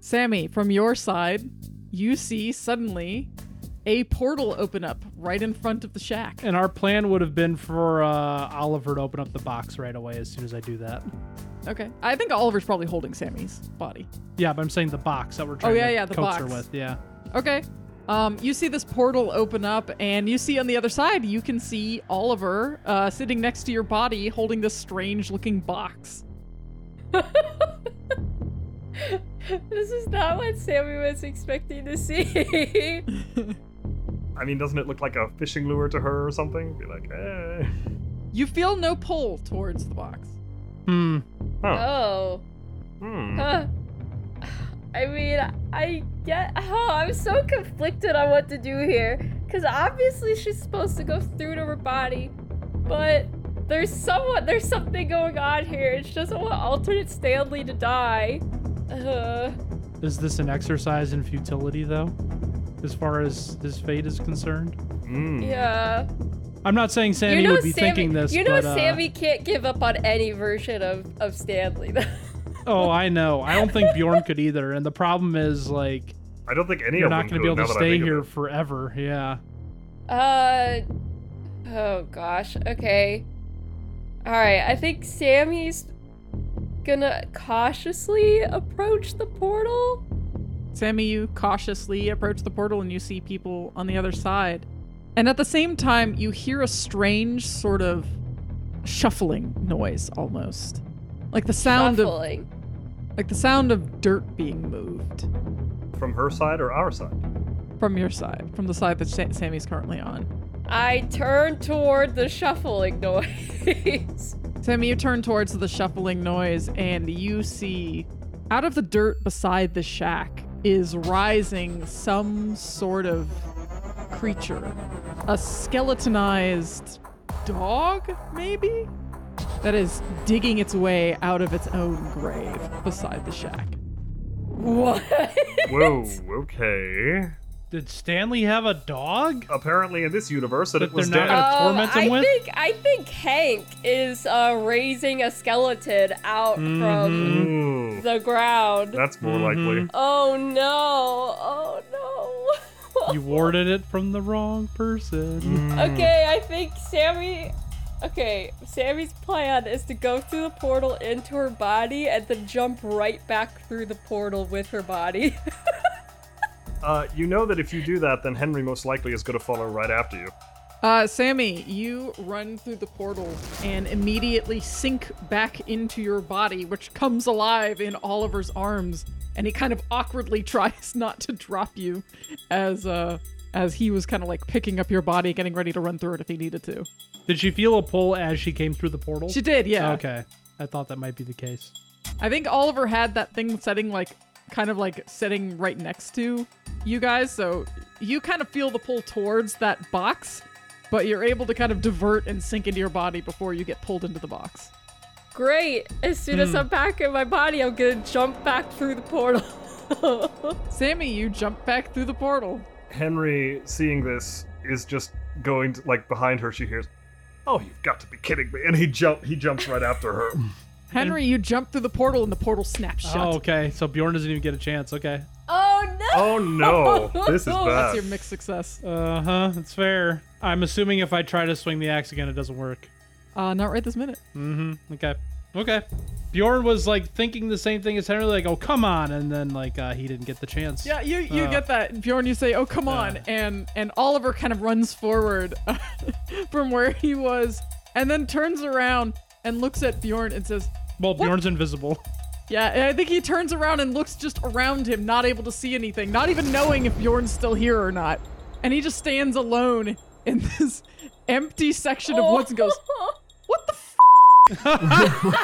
Speaker 1: Sammy, from your side, you see suddenly a portal open up right in front of the shack.
Speaker 3: And our plan would have been for uh, Oliver to open up the box right away as soon as I do that.
Speaker 1: Okay. I think Oliver's probably holding Sammy's body.
Speaker 3: Yeah, but I'm saying the box
Speaker 4: Oh,
Speaker 3: that we're trying
Speaker 1: yeah,
Speaker 3: to
Speaker 1: yeah, the
Speaker 3: coax her
Speaker 1: box.
Speaker 3: with. Yeah.
Speaker 1: Okay. Um, you see this portal open up, and you see on the other side, you can see Oliver uh, sitting next to your body holding this strange looking box.
Speaker 4: This is not what Sammy was expecting to see.
Speaker 2: I mean, doesn't it look like a fishing lure to her or something? Be like, eh.
Speaker 1: You feel no pull towards the box.
Speaker 3: Hmm.
Speaker 2: Huh.
Speaker 4: oh.
Speaker 2: Hmm.
Speaker 4: Huh. I mean, I get. Oh, I'm so conflicted on what to do here. Because obviously she's supposed to go through to her body, but there's someone, there's something going on here. and She doesn't want alternate Stanley to die.
Speaker 3: Hmm.
Speaker 4: Uh,
Speaker 3: Is this an exercise in futility, though? As far as his fate is concerned?
Speaker 2: Hmm.
Speaker 4: yeah.
Speaker 3: I'm not saying Sammy
Speaker 4: you know,
Speaker 3: would be
Speaker 4: Sammy,
Speaker 3: thinking this.
Speaker 4: You know,
Speaker 3: but, uh,
Speaker 4: Sammy can't give up on any version of of Stanley. though.
Speaker 3: Oh, I know. I don't think Bjorn could either. And the problem is, like,
Speaker 2: I don't think any
Speaker 3: you're
Speaker 2: of them
Speaker 3: not going to
Speaker 2: could,
Speaker 3: be able
Speaker 2: now
Speaker 3: to
Speaker 2: that I
Speaker 3: stay
Speaker 2: think of
Speaker 3: here
Speaker 2: it.
Speaker 3: forever. Yeah.
Speaker 4: Uh. Oh gosh. Okay. All right. I think Sammy's gonna cautiously approach the portal.
Speaker 1: Sammy, you cautiously approach the portal and you see people on the other side. And at the same time, you hear a strange sort of shuffling noise almost. Like the sound of
Speaker 4: shuffling.
Speaker 1: like the sound of dirt being moved
Speaker 2: From her side or our side?
Speaker 1: from your side, from the side that Sa- Sammy's currently on.
Speaker 4: I turn toward the shuffling noise.
Speaker 1: Sammy, you turn towards the shuffling noise and you see out of the dirt beside the shack is rising some sort of creature. A skeletonized dog, maybe? That is digging its way out of its own grave beside the shack.
Speaker 4: what?
Speaker 2: Whoa, okay.
Speaker 3: Did Stanley have a dog?
Speaker 2: Apparently, in this universe, that
Speaker 3: That
Speaker 2: it was
Speaker 3: they're
Speaker 2: dead.
Speaker 3: not gonna- torment him
Speaker 4: Um, I
Speaker 3: with?
Speaker 4: think I think Hank is uh, raising a skeleton out
Speaker 3: Mm-hmm.
Speaker 4: from
Speaker 2: Ooh,
Speaker 4: the ground.
Speaker 2: that's more likely.
Speaker 4: oh no! Oh no!
Speaker 3: You warded it from the wrong
Speaker 2: Mm.
Speaker 3: person.
Speaker 4: Okay, I think Sammy. Okay, Sammy's plan is to go through the portal into her body and then jump right back through the portal with her body.
Speaker 2: Uh, you know that if you do that, then Henry most likely is going to follow right after you.
Speaker 1: Uh, Sammy, you run through the portal and immediately sink back into your body, which comes alive in Oliver's arms, and he kind of awkwardly tries not to drop you, as uh, as he was kind of like picking up your body, getting ready to run through it if he needed to.
Speaker 3: Did she feel a pull as she came through the portal?
Speaker 1: She did, yeah.
Speaker 3: Okay. I thought that might be the case.
Speaker 1: I think Oliver had that thing setting like kind of like sitting right next to you guys, so you kind of feel the pull towards that box, but you're able to kind of divert and sink into your body before you get pulled into the box.
Speaker 4: Great! As soon
Speaker 3: Hmm.
Speaker 4: as I'm back in my body, I'm gonna jump back through the portal.
Speaker 1: Sammy, you jump back through the portal.
Speaker 2: Henry, seeing this, is just going to, like behind her. She hears, "Oh, you've got to be kidding me!" And he jump he jumps right after her.
Speaker 1: Henry, you jump through the portal and the portal snaps shut.
Speaker 3: Oh, okay. So Bjorn doesn't even get a chance. Okay.
Speaker 6: Oh no!
Speaker 2: Oh no, this is
Speaker 1: That's
Speaker 2: bad.
Speaker 1: your mixed success.
Speaker 3: Uh huh. That's fair. I'm assuming if I try to swing the axe again, it doesn't work.
Speaker 1: Uh, not right this minute.
Speaker 3: Mm-hmm. Okay. Okay. Bjorn was like thinking the same thing as Henry, like, "Oh, come on!" And then like uh, he didn't get the chance.
Speaker 1: Yeah, you you
Speaker 3: Uh.
Speaker 1: get that, Bjorn. You say, "Oh, come on!"
Speaker 3: Uh.
Speaker 1: and and Oliver kind of runs forward from where he was, and then turns around and looks at Bjorn and says,
Speaker 3: Well, Bjorn's invisible.
Speaker 1: "Yeah." And I think he turns around and looks just around him, not able to see anything, not even knowing if Bjorn's still here or not, and he just stands alone in this empty
Speaker 3: Oh,
Speaker 1: section of woods and goes, "What the." F-?
Speaker 4: Um,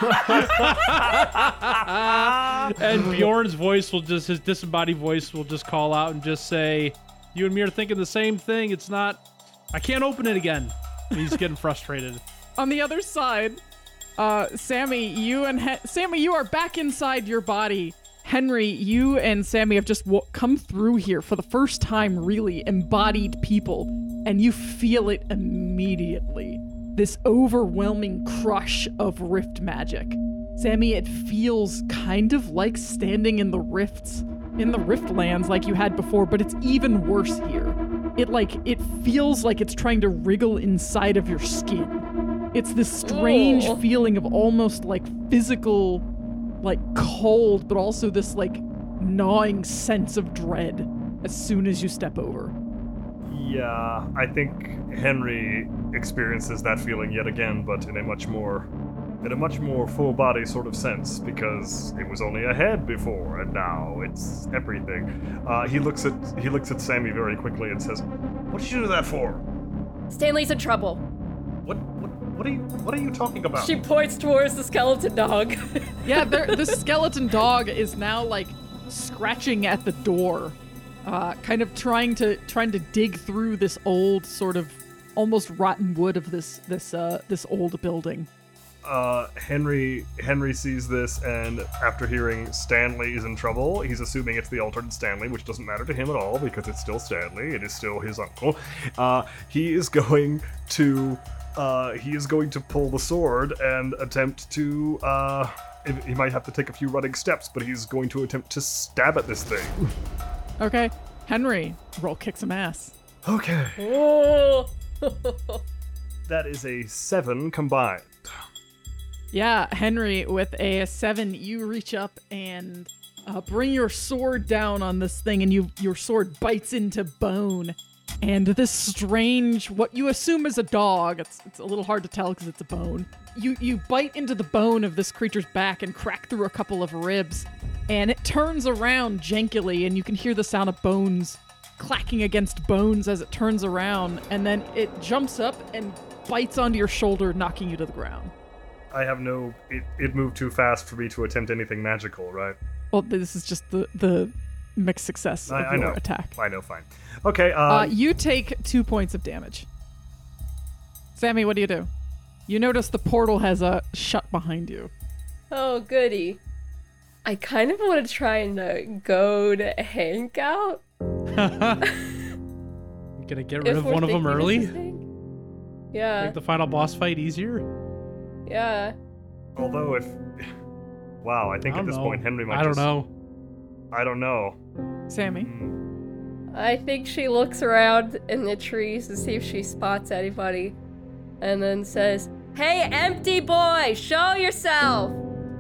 Speaker 3: And Bjorn's voice will just his disembodied voice will just call out and just say, "You and me are thinking the same thing. It's not. I can't open it again." And he's getting frustrated.
Speaker 1: On the other side, uh, Sammy, you and he- Sammy, you are back inside your body. Henry, you and Sammy have just w- come through here for the first time, really embodied people, and you feel it immediately. This overwhelming crush of rift magic. Sammy, it feels kind of like standing in the rifts, in the rift lands like you had before, but it's even worse here. It like it feels like it's trying to wriggle inside of your skin. It's this strange
Speaker 4: Ooh.
Speaker 1: feeling of almost like physical like cold, but also this like gnawing sense of dread as soon as you step over.
Speaker 2: yeah, I think Henry experiences that feeling yet again, but in a much more in a much more full body sort of sense because it was only a head before and now it's everything. Uh, he looks at he looks at Sammy very quickly and says, "What did you do that for?
Speaker 4: Stanley's in trouble.
Speaker 2: What what what are you what are you talking about?"
Speaker 4: She points towards the skeleton dog.
Speaker 1: Yeah, there, this skeleton dog is now like scratching at the door, uh, kind of trying to trying to dig through this old sort of almost rotten wood of this this uh, this old building.
Speaker 2: uh, Henry Henry sees this, and after hearing Stanley is in trouble, he's assuming it's the altered Stanley, which doesn't matter to him at all because it's still Stanley. It is still his uncle. Uh, he is going to uh, he is going to pull the sword and attempt to. Uh, if- he might have to take a few running steps, but he's going to attempt to stab at this thing.
Speaker 1: Okay, Henry, roll kick some ass.
Speaker 2: Okay,
Speaker 4: Ooh.
Speaker 2: that is a seven combined.
Speaker 1: Yeah, Henry, with a seven, you reach up and uh, bring your sword down on this thing, and you your sword bites into bone, and this strange, what you assume is a dog. It's it's a little hard to tell because it's a bone. You you bite into the bone of this creature's back and crack through a couple of ribs, and it turns around jankily, and you can hear the sound of bones clacking against bones as it turns around, and then it jumps up and bites onto your shoulder, knocking you to the ground.
Speaker 2: I have no. It, it moved too fast for me to attempt anything magical, right?
Speaker 1: Well, this is just the the mixed success of
Speaker 2: I, I
Speaker 1: your
Speaker 2: know.
Speaker 1: attack.
Speaker 2: I know. Fine. Okay. Uh,
Speaker 1: Uh, you take two points of damage. Sammy, what do you do? You notice the portal has a shut behind you.
Speaker 4: oh, goody. I kind of want to try and uh, goad Hank out.
Speaker 3: I'm gonna get rid
Speaker 4: if
Speaker 3: of
Speaker 4: we're
Speaker 3: one of them
Speaker 4: thinking uh, it's
Speaker 3: early.
Speaker 4: a thing. Yeah.
Speaker 3: Make the final boss fight easier.
Speaker 4: yeah.
Speaker 2: Although if wow, I think
Speaker 3: I
Speaker 2: at
Speaker 3: don't
Speaker 2: this
Speaker 3: know.
Speaker 2: point Henry might.
Speaker 3: I don't
Speaker 2: just,
Speaker 3: know.
Speaker 2: I don't know.
Speaker 1: Sammy,
Speaker 2: Mm,
Speaker 4: I think she looks around in the trees to see if she spots anybody and then says, Hey, empty boy, show yourself!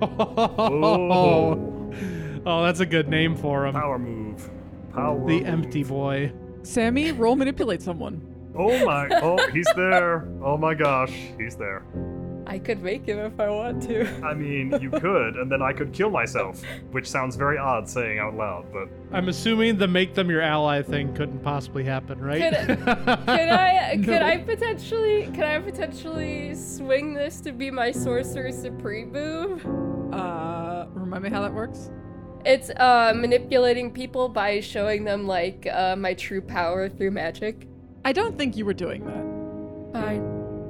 Speaker 3: Oh, that's a good name for him.
Speaker 2: Power move. Power.
Speaker 3: The
Speaker 2: move.
Speaker 3: empty boy.
Speaker 1: Sammy, roll manipulate someone.
Speaker 2: Oh my! Oh, he's there! Oh my gosh, he's there.
Speaker 4: I could make him if I want to.
Speaker 2: I mean, you could, and then I could kill myself, which sounds very odd saying out loud. But
Speaker 3: I'm assuming the make them your ally thing couldn't possibly happen, right?
Speaker 4: Could- Could I
Speaker 1: No.
Speaker 4: could I potentially could I potentially swing this to be my sorcerer supreme move?
Speaker 1: Uh, remind me how that works.
Speaker 4: It's uh manipulating people by showing them like uh my true power through magic.
Speaker 1: I don't think you were doing that.
Speaker 4: Fine.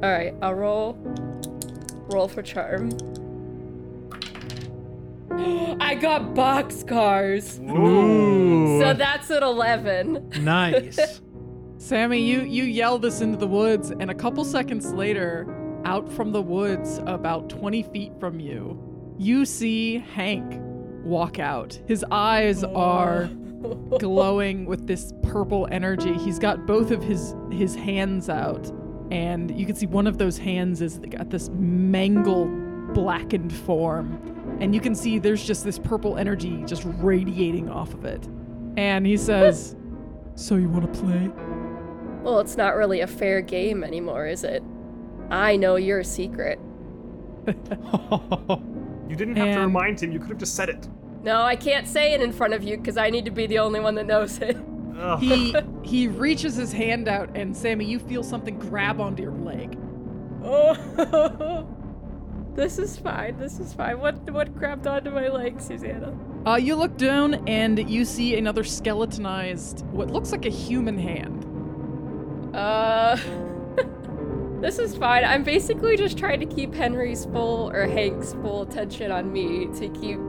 Speaker 4: Alright, I'll roll. Roll for charm. I got boxcars.
Speaker 3: Ooh.
Speaker 4: So that's an 11.
Speaker 3: nice.
Speaker 1: Sammy, you you yell this into the woods, and a couple seconds later, out from the woods, about 20 feet from you, you see Hank walk out. His eyes are glowing with this purple energy. He's got both of his his hands out, and you can see one of those hands is got this mangled, blackened form, and you can see there's just this purple energy just radiating off of it. And he says, "So you want to play?"
Speaker 4: Well, it's not really a fair game anymore, is it? I know your secret.
Speaker 2: You didn't have to
Speaker 1: And-
Speaker 2: remind him. You could have just said it.
Speaker 4: No, I can't say it in front of you because I need to be the only one that knows it.
Speaker 2: Ugh.
Speaker 1: He he reaches his hand out, and Sammy, you feel something grab onto your leg.
Speaker 4: Oh, this is fine. This is fine. What what grabbed onto my leg, Susanna?
Speaker 1: Uh, you look down and you see another skeletonized, what looks like a human hand.
Speaker 4: Uh, this is fine. I'm basically just trying to keep Henry's full or Hank's full attention on me to keep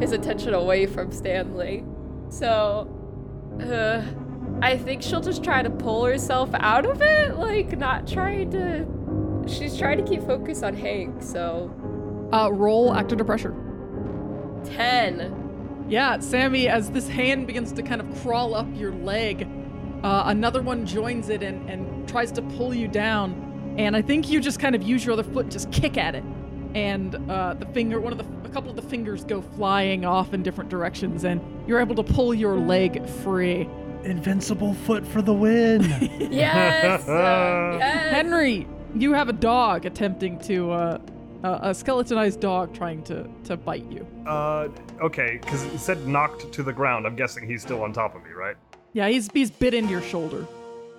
Speaker 4: his attention away from Stanley. So, uh, I think she'll just try to pull herself out of it. Like, not trying to. She's trying to keep focus on Hank. So,
Speaker 1: Uh, roll act under pressure.
Speaker 4: ten.
Speaker 1: Yeah, Sammy, as this hand begins to kind of crawl up your leg, uh, another one joins it and, and tries to pull you down. And I think you just kind of use your other foot and just kick at it. And uh, the finger, one of the, a couple of the fingers go flying off in different directions, and you're able to pull your leg free.
Speaker 7: Invincible foot for the win.
Speaker 4: Yes. uh, yes.
Speaker 1: Henry, you have a dog attempting to, uh, a, a skeletonized dog trying to, to bite you.
Speaker 2: Uh, okay, because it said knocked to the ground. I'm guessing he's still on top of me, right?
Speaker 1: Yeah, he's, he's bit into your shoulder.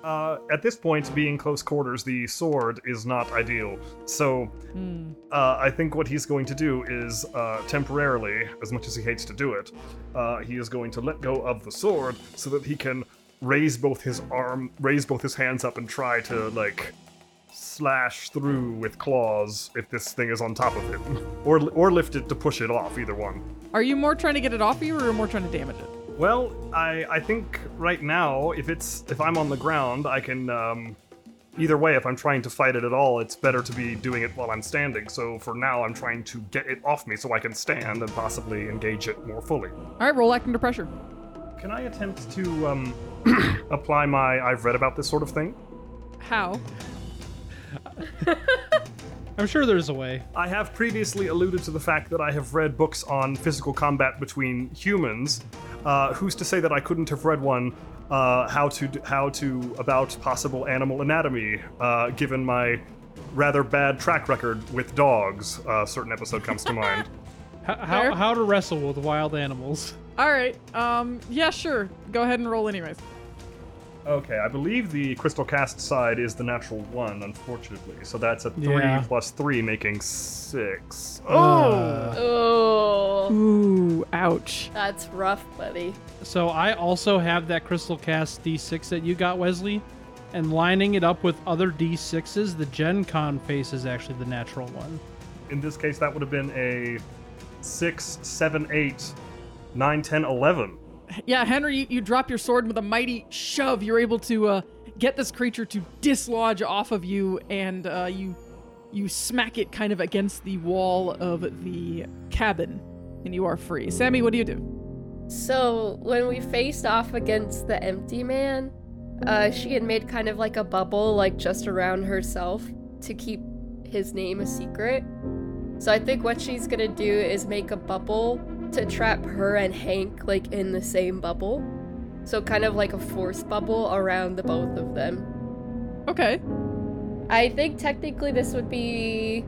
Speaker 2: Uh, at this point, being close quarters, the sword is not ideal. So,
Speaker 1: Hmm.
Speaker 2: uh, I think what he's going to do is uh, temporarily, as much as he hates to do it, uh, he is going to let go of the sword so that he can raise both his arm, raise both his hands up, and try to like slash through with claws if this thing is on top of him, or or lift it to push it off. Either one.
Speaker 1: Are you more trying to get it off of you or are you more trying to damage it?
Speaker 2: Well, I I think right now if it's if I'm on the ground, I can um either way if I'm trying to fight it at all, it's better to be doing it while I'm standing. So for now I'm trying to get it off me so I can stand and possibly engage it more fully.
Speaker 1: All right, roll act under pressure.
Speaker 2: Can I attempt to um apply my I've read about this sort of thing?
Speaker 1: How?
Speaker 3: I'm sure there's a way.
Speaker 2: I have previously alluded to the fact that I have read books on physical combat between humans. Uh, who's to say that I couldn't have read one uh, how to how to about possible animal anatomy, uh, given my rather bad track record with dogs? Uh, certain episode comes to mind.
Speaker 3: H-
Speaker 1: Fair.
Speaker 3: how, how to wrestle with wild animals.
Speaker 1: All right. Um. Yeah. Sure. Go ahead and roll, anyways.
Speaker 2: Okay, I believe the crystal cast side is the natural one, unfortunately. So that's a three
Speaker 3: Yeah.
Speaker 2: plus three, making six. Oh,
Speaker 3: Uh,
Speaker 4: Oh,
Speaker 1: Ooh. Ouch.
Speaker 4: that's rough, buddy.
Speaker 3: so I also have that crystal cast D6 that you got, Wesley, and lining it up with other D6s, the Gen Con face is actually the natural one.
Speaker 2: in this case, that would have been a six, seven, eight, nine, ten, eleven.
Speaker 1: Yeah, Henry, you, you drop your sword and with a mighty shove. You're able to uh, get this creature to dislodge off of you, and uh, you you smack it kind of against the wall of the cabin, and you are free. Sammy, what do you do?
Speaker 4: So when we faced off against the empty man, uh, she had made kind of like a bubble, like just around herself, to keep his name a secret. So I think what she's gonna do is make a bubble to trap her and Hank like in the same bubble. So kind of like a force bubble around the both of them.
Speaker 1: Okay.
Speaker 4: I think technically this would be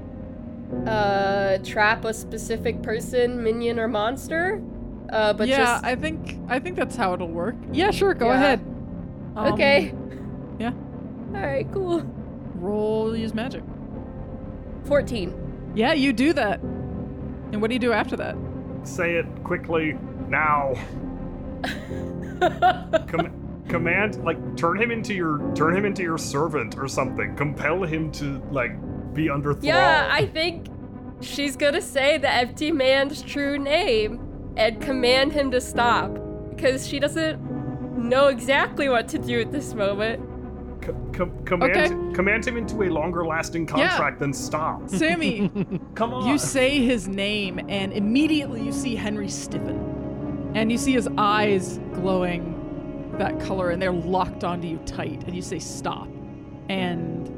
Speaker 4: uh trap a specific person, minion or monster. Uh but
Speaker 1: yeah,
Speaker 4: just
Speaker 1: I think I think that's how it'll work. Yeah, sure. Go
Speaker 4: Yeah.
Speaker 1: ahead. Um,
Speaker 4: okay.
Speaker 1: yeah.
Speaker 4: All right, cool.
Speaker 1: Roll use magic.
Speaker 4: 14.
Speaker 1: Yeah, you do that. And what do you do after that?
Speaker 2: Say it quickly now. Com- command, like, turn him into your turn him into your servant or something. Compel him to like be under thrall.
Speaker 4: Yeah, I think she's gonna say the empty man's true name and command him to stop because she doesn't know exactly what to do at this moment.
Speaker 2: C- com- command,
Speaker 1: Okay.
Speaker 2: command him into a longer lasting contract than stop.
Speaker 1: Sammy,
Speaker 2: Come on.
Speaker 1: you say his name, and immediately you see Henry stiffen. And you see his eyes glowing that color, and they're locked onto you tight. And you say, Stop. And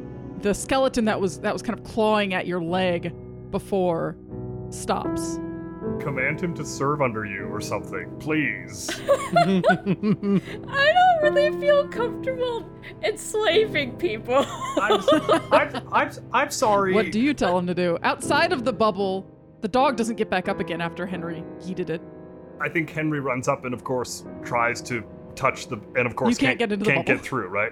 Speaker 1: the skeleton that was that was kind of clawing at your leg before stops.
Speaker 2: command him to serve under you or something, please.
Speaker 4: I don't really feel comfortable enslaving people.
Speaker 2: I'm, I'm, I'm, I'm sorry.
Speaker 1: What do you tell him to do? Outside of the bubble, the dog doesn't get back up again after Henry yeeted it.
Speaker 2: I think Henry runs up and, of course, tries to touch the, and of course
Speaker 1: You can't get into the
Speaker 2: can't
Speaker 1: bubble.
Speaker 2: get through, right?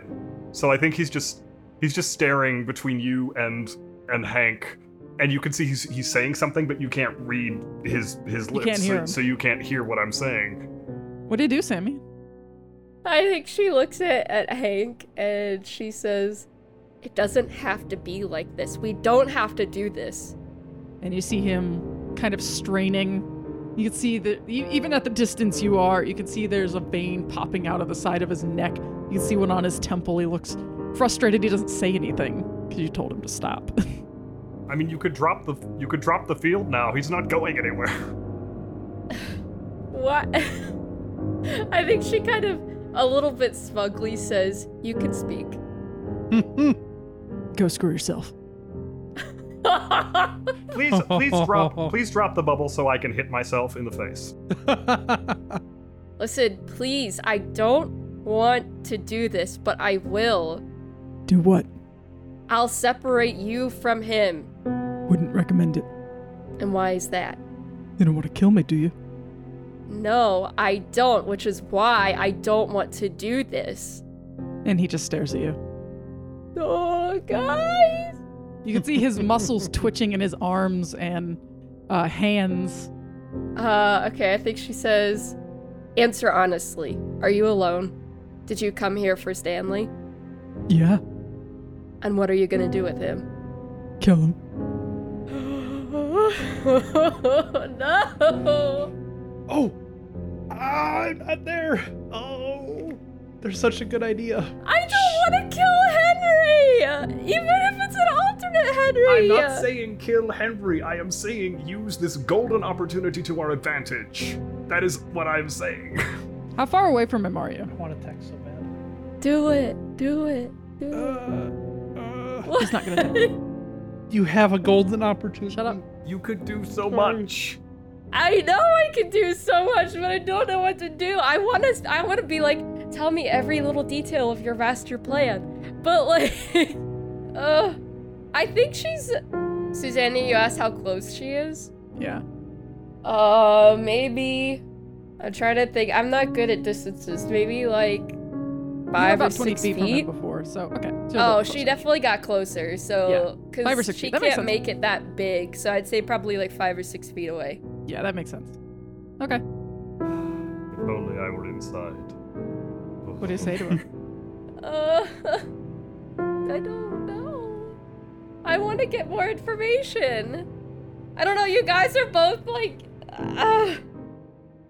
Speaker 2: So I think he's just he's just staring between you and and Hank, and you can see he's he's saying something, but you can't read his his
Speaker 1: You
Speaker 2: lips,
Speaker 1: can't
Speaker 2: so-
Speaker 1: hear him.
Speaker 2: so you can't hear what I'm saying.
Speaker 1: What do you do, Sammy?
Speaker 4: I think she looks at, at Hank and she says, It doesn't have to be like this. We don't have to do this.
Speaker 1: and you see him kind of straining. You can see that e- even at the distance you are, you can see there's a vein popping out of the side of his neck. You can see one on his temple. He looks frustrated. He doesn't say anything because you told him to stop.
Speaker 2: I mean, you could drop the you could drop the field now. He's not going anywhere.
Speaker 4: What? I think she kind of a little bit smugly says, You can speak.
Speaker 1: Go screw yourself.
Speaker 2: Please, please drop, please drop the bubble so I can hit myself in the face.
Speaker 4: Listen, please, I don't want to do this, but I will.
Speaker 1: Do what?
Speaker 4: I'll separate you from him.
Speaker 1: Wouldn't recommend it.
Speaker 4: And why is that?
Speaker 1: You don't want to kill me, do you?
Speaker 4: No, I don't, which is why I don't want to do this.
Speaker 1: And he just stares at you.
Speaker 4: Oh, guys!
Speaker 1: You can see his muscles twitching in his arms and uh, hands.
Speaker 4: Uh, okay, I think she says, Answer honestly. Are you alone? Did you come here for Stanley?
Speaker 1: Yeah,
Speaker 4: And what are you gonna do with him?
Speaker 1: kill him.
Speaker 4: no!
Speaker 3: oh, I'm not there. Oh, they're such a good idea.
Speaker 4: I don't wanna kill Henry! Even if it's an alternate Henry!
Speaker 2: I'm not saying kill Henry. I am saying use this golden opportunity to our advantage. That is what I'm saying.
Speaker 1: How far away from him are you?
Speaker 3: I want to text so bad.
Speaker 4: Do it, do it, do it.
Speaker 3: Uh, uh,
Speaker 1: He's not gonna do it.
Speaker 3: you have a golden opportunity.
Speaker 1: Shut up.
Speaker 2: You could do
Speaker 3: Hmm.
Speaker 2: so much.
Speaker 4: I know I can do so much, but I don't know what to do. I want to. I want to be like, tell me every little detail of your master plan. But like, uh, I think she's. Susanna, you asked how close she is.
Speaker 1: Yeah.
Speaker 4: Uh, maybe. I'm trying to think. I'm not good at distances. Maybe like
Speaker 1: You were
Speaker 4: five or
Speaker 1: about 20
Speaker 4: six
Speaker 1: feet,
Speaker 4: feet.
Speaker 1: from him before, so okay. so you're a
Speaker 4: Oh,
Speaker 1: little
Speaker 4: she
Speaker 1: closer.
Speaker 4: definitely got closer. So, because
Speaker 1: Five or six
Speaker 4: she
Speaker 1: feet. That makes
Speaker 4: can't
Speaker 1: sense.
Speaker 4: make it that big, so I'd say probably like five or six feet away.
Speaker 1: Yeah, that makes sense. Okay.
Speaker 2: If only I were inside.
Speaker 1: What do you say to him?
Speaker 4: Uh, I don't know. I want to get more information. I don't know. You guys are both like, uh,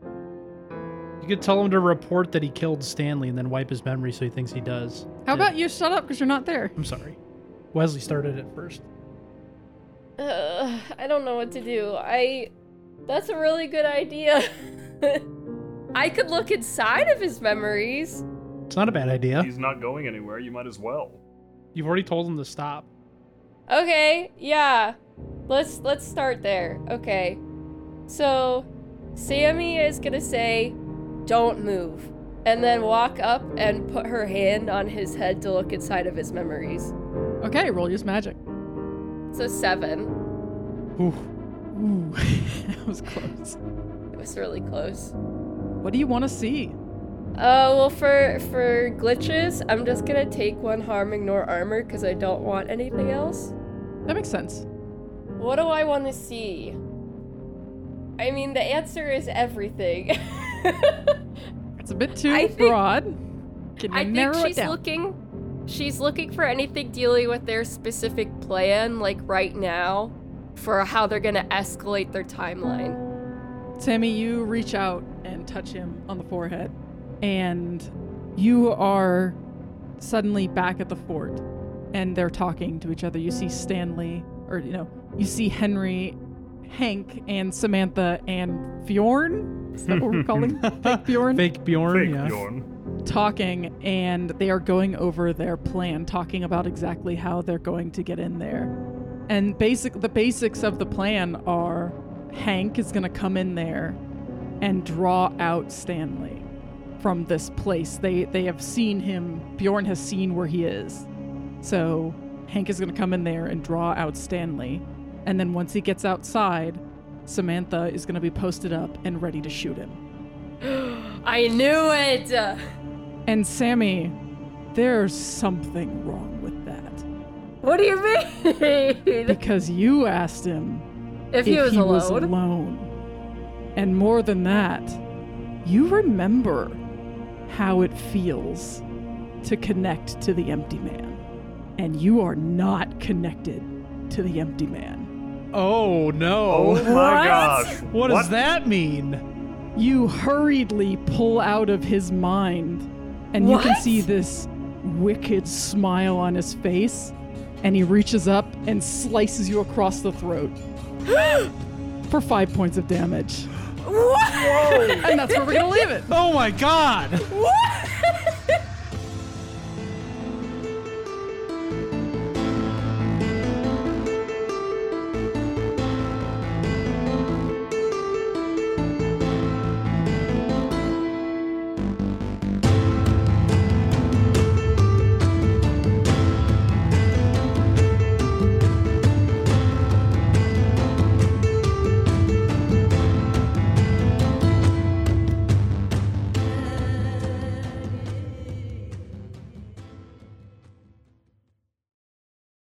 Speaker 3: You could tell him to report that he killed Stanley and then wipe his memory so he thinks he does.
Speaker 1: How about you shut up because you're not there?
Speaker 3: I'm sorry. Wesley started it first.
Speaker 4: uh, I don't know what to do. I. That's a really good idea. I could look inside of his memories.
Speaker 3: It's not a bad idea.
Speaker 2: He's not going anywhere. You might as well.
Speaker 3: You've already told him to stop.
Speaker 4: Okay, yeah. Let's let's start there. Okay. So Sammy is gonna say, Don't move. And then walk up and put her hand on his head to look inside of his memories.
Speaker 1: Okay, roll use magic.
Speaker 4: So seven.
Speaker 3: Oof.
Speaker 1: Ooh, that was close.
Speaker 4: It was really close.
Speaker 1: What do you want to see?
Speaker 4: Uh well for for glitches, I'm just gonna take one harm ignore armor because I don't want anything else.
Speaker 1: That makes sense.
Speaker 4: What do I wanna see? I mean the answer is everything.
Speaker 1: It's a bit too
Speaker 4: I think-
Speaker 1: broad. Can you
Speaker 4: I think
Speaker 1: narrow
Speaker 4: she's
Speaker 1: it down?
Speaker 4: looking she's looking for anything dealing with their specific plan like right now for how they're going to escalate their timeline.
Speaker 1: Sammy, you reach out and touch him on the forehead, and you are suddenly back at the fort and they're talking to each other. You see Stanley, or, you know, you see Henry, Hank, and Samantha, and Fjorn. Is that what we're calling Bjorn?
Speaker 3: Fake Bjorn.
Speaker 2: Fake
Speaker 3: yeah.
Speaker 2: Bjorn.
Speaker 1: talking and they are going over their plan, talking about exactly how they're going to get in there. And basic the basics of the plan are Hank is going to come in there and draw out Stanley from this place. They they have seen him. Bjorn has seen where he is. So Hank is going to come in there and draw out Stanley. And then once he gets outside, Samantha is going to be posted up and ready to shoot him.
Speaker 4: I knew it.
Speaker 1: And Sammy, there's something wrong with that.
Speaker 4: What do you mean?
Speaker 1: Because you asked him
Speaker 4: if he was alone.
Speaker 1: alone. And more than that, you remember how it feels to connect to the empty man. And you are not connected to the empty man.
Speaker 3: Oh
Speaker 2: Oh
Speaker 3: no.
Speaker 2: my gosh.
Speaker 3: What does that mean?
Speaker 1: You hurriedly pull out of his mind, and you can
Speaker 4: What?
Speaker 1: see this wicked smile on his face. And he reaches up and slices you across the throat for five points of damage.
Speaker 4: What?
Speaker 1: And that's where we're gonna leave it.
Speaker 3: Oh my god.
Speaker 4: What?